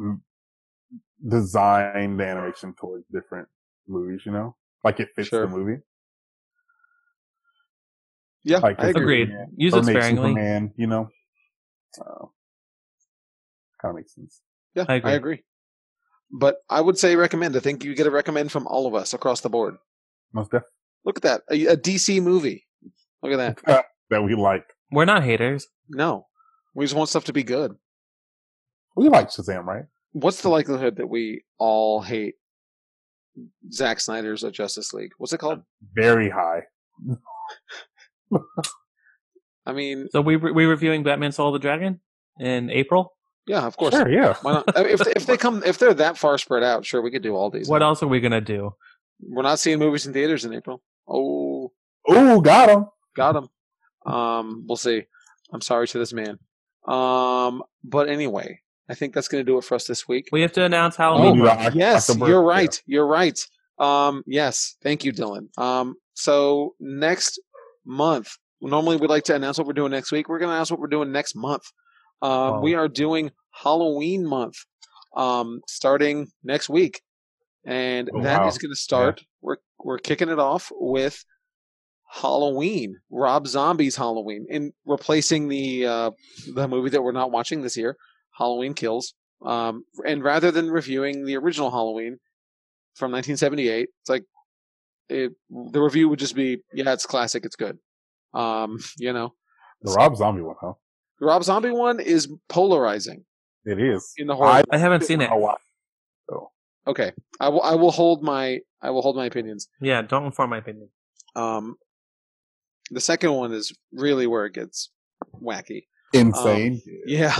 S2: mm, design the animation towards different movies. You know, like it fits
S1: Sure.
S2: the movie.
S1: yeah,
S2: like,
S1: I agree.
S3: Agreed.
S2: Superman.
S3: Use
S2: Or
S3: it
S2: make
S3: sparingly.
S2: Superman. You know, uh, kind of makes sense.
S1: Yeah,
S3: I
S1: I
S3: agree.
S1: agree. But I would say recommend. I think you get a recommend from all of us across the board.
S2: Most def-
S1: Look at that, a, a DC movie. Look at that.
S2: that we like.
S3: We're not haters.
S1: No, we just want stuff to be good.
S2: We like Shazam, right?
S1: What's the likelihood that we all hate Zack Snyder's A Justice League? What's it called?
S2: Very high.
S1: I mean,
S3: So we we reviewing Batman Soul of the Dragon in April.
S1: yeah, of course.
S2: Sure, yeah.
S1: Why not? I mean, if they, if they come, if they're that far spread out, sure, we could do all these.
S3: What else are we gonna do?
S1: We're not seeing movies in theaters in April. Oh,
S2: Ooh, got him.
S1: got him. Um, we'll see. I'm sorry to this man. Um, but anyway, I think that's going to do it for us this week.
S3: We have to announce
S2: Oh,
S3: Halloween.
S2: yeah, Oc-
S1: yes,
S2: October-
S1: you're right. You're right. Um, yes, thank you, Dylan. Um, so next month, normally we like to announce what we're doing next week. We're going to announce what we're doing next month. Um,
S3: Wow.
S1: We are doing Halloween month um, starting next week, and that
S2: Oh,
S1: is
S2: wow.
S1: going to start. We're we're kicking it off with Halloween, Rob Zombie's Halloween, in replacing the uh, the movie that we're not watching this year, Halloween Kills. Um, and rather than reviewing the original Halloween from 1978, it's like it, the review would just be, yeah, it's classic, it's good. Um, you know,
S2: The Rob Zombie one, huh?
S1: the Rob Zombie one is polarizing
S2: It is.
S1: in the horror.
S2: I-
S3: I haven't seen it.
S2: Oh, wow.
S1: okay, I will. I will hold my. I will hold my opinions.
S3: Yeah, don't inform my opinion.
S1: Um, the second one is really where it gets wacky.
S2: Insane.
S1: Yeah.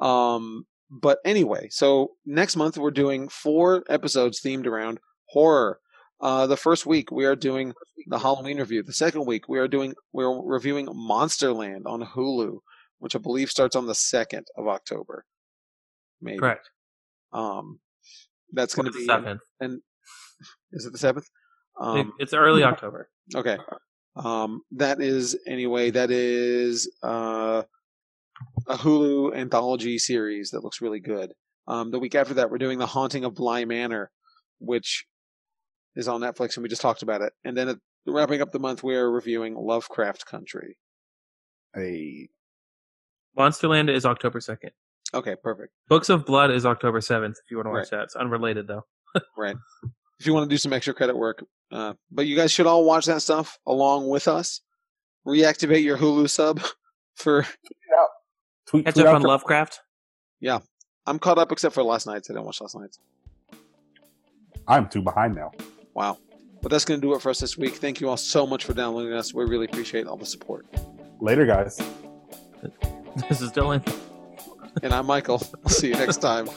S1: Um, but anyway, so next month we're doing four episodes themed around horror. Uh, the first week we are doing the Halloween review. The second week we are doing we're reviewing Monsterland on Hulu, which I believe starts on the second of October. Maybe
S3: Correct.
S1: um, that's going to be
S3: Seventh.
S1: is it the seventh? Um,
S3: It- it's early October.
S1: Okay. Um, that is anyway. That is uh, a Hulu anthology series that looks really good. Um, the week after that, we're doing the Haunting of Bly Manor, which is on Netflix, and we just talked about it. And then at, wrapping up the month, we are reviewing Lovecraft Country.
S2: Hey,
S3: Monsterland is October second.
S1: Okay, perfect.
S3: Books of Blood is October seventh. If you want to watch that, it's unrelated though.
S1: If you want to do some extra credit work, uh, but you guys should all watch that stuff along with us. Reactivate your Hulu sub for
S2: tweet,
S3: Catch
S2: tweet
S3: up
S2: out
S3: on
S2: your-
S3: Lovecraft.
S1: I'm caught up except for last night's. I didn't watch last night's.
S2: I'm too behind now.
S1: Wow. But that's going to do it for us this week. Thank you all so much for downloading us. We really appreciate all the support.
S2: Later, guys.
S3: This is Dylan.
S1: And I'm Michael. I'll see you next time.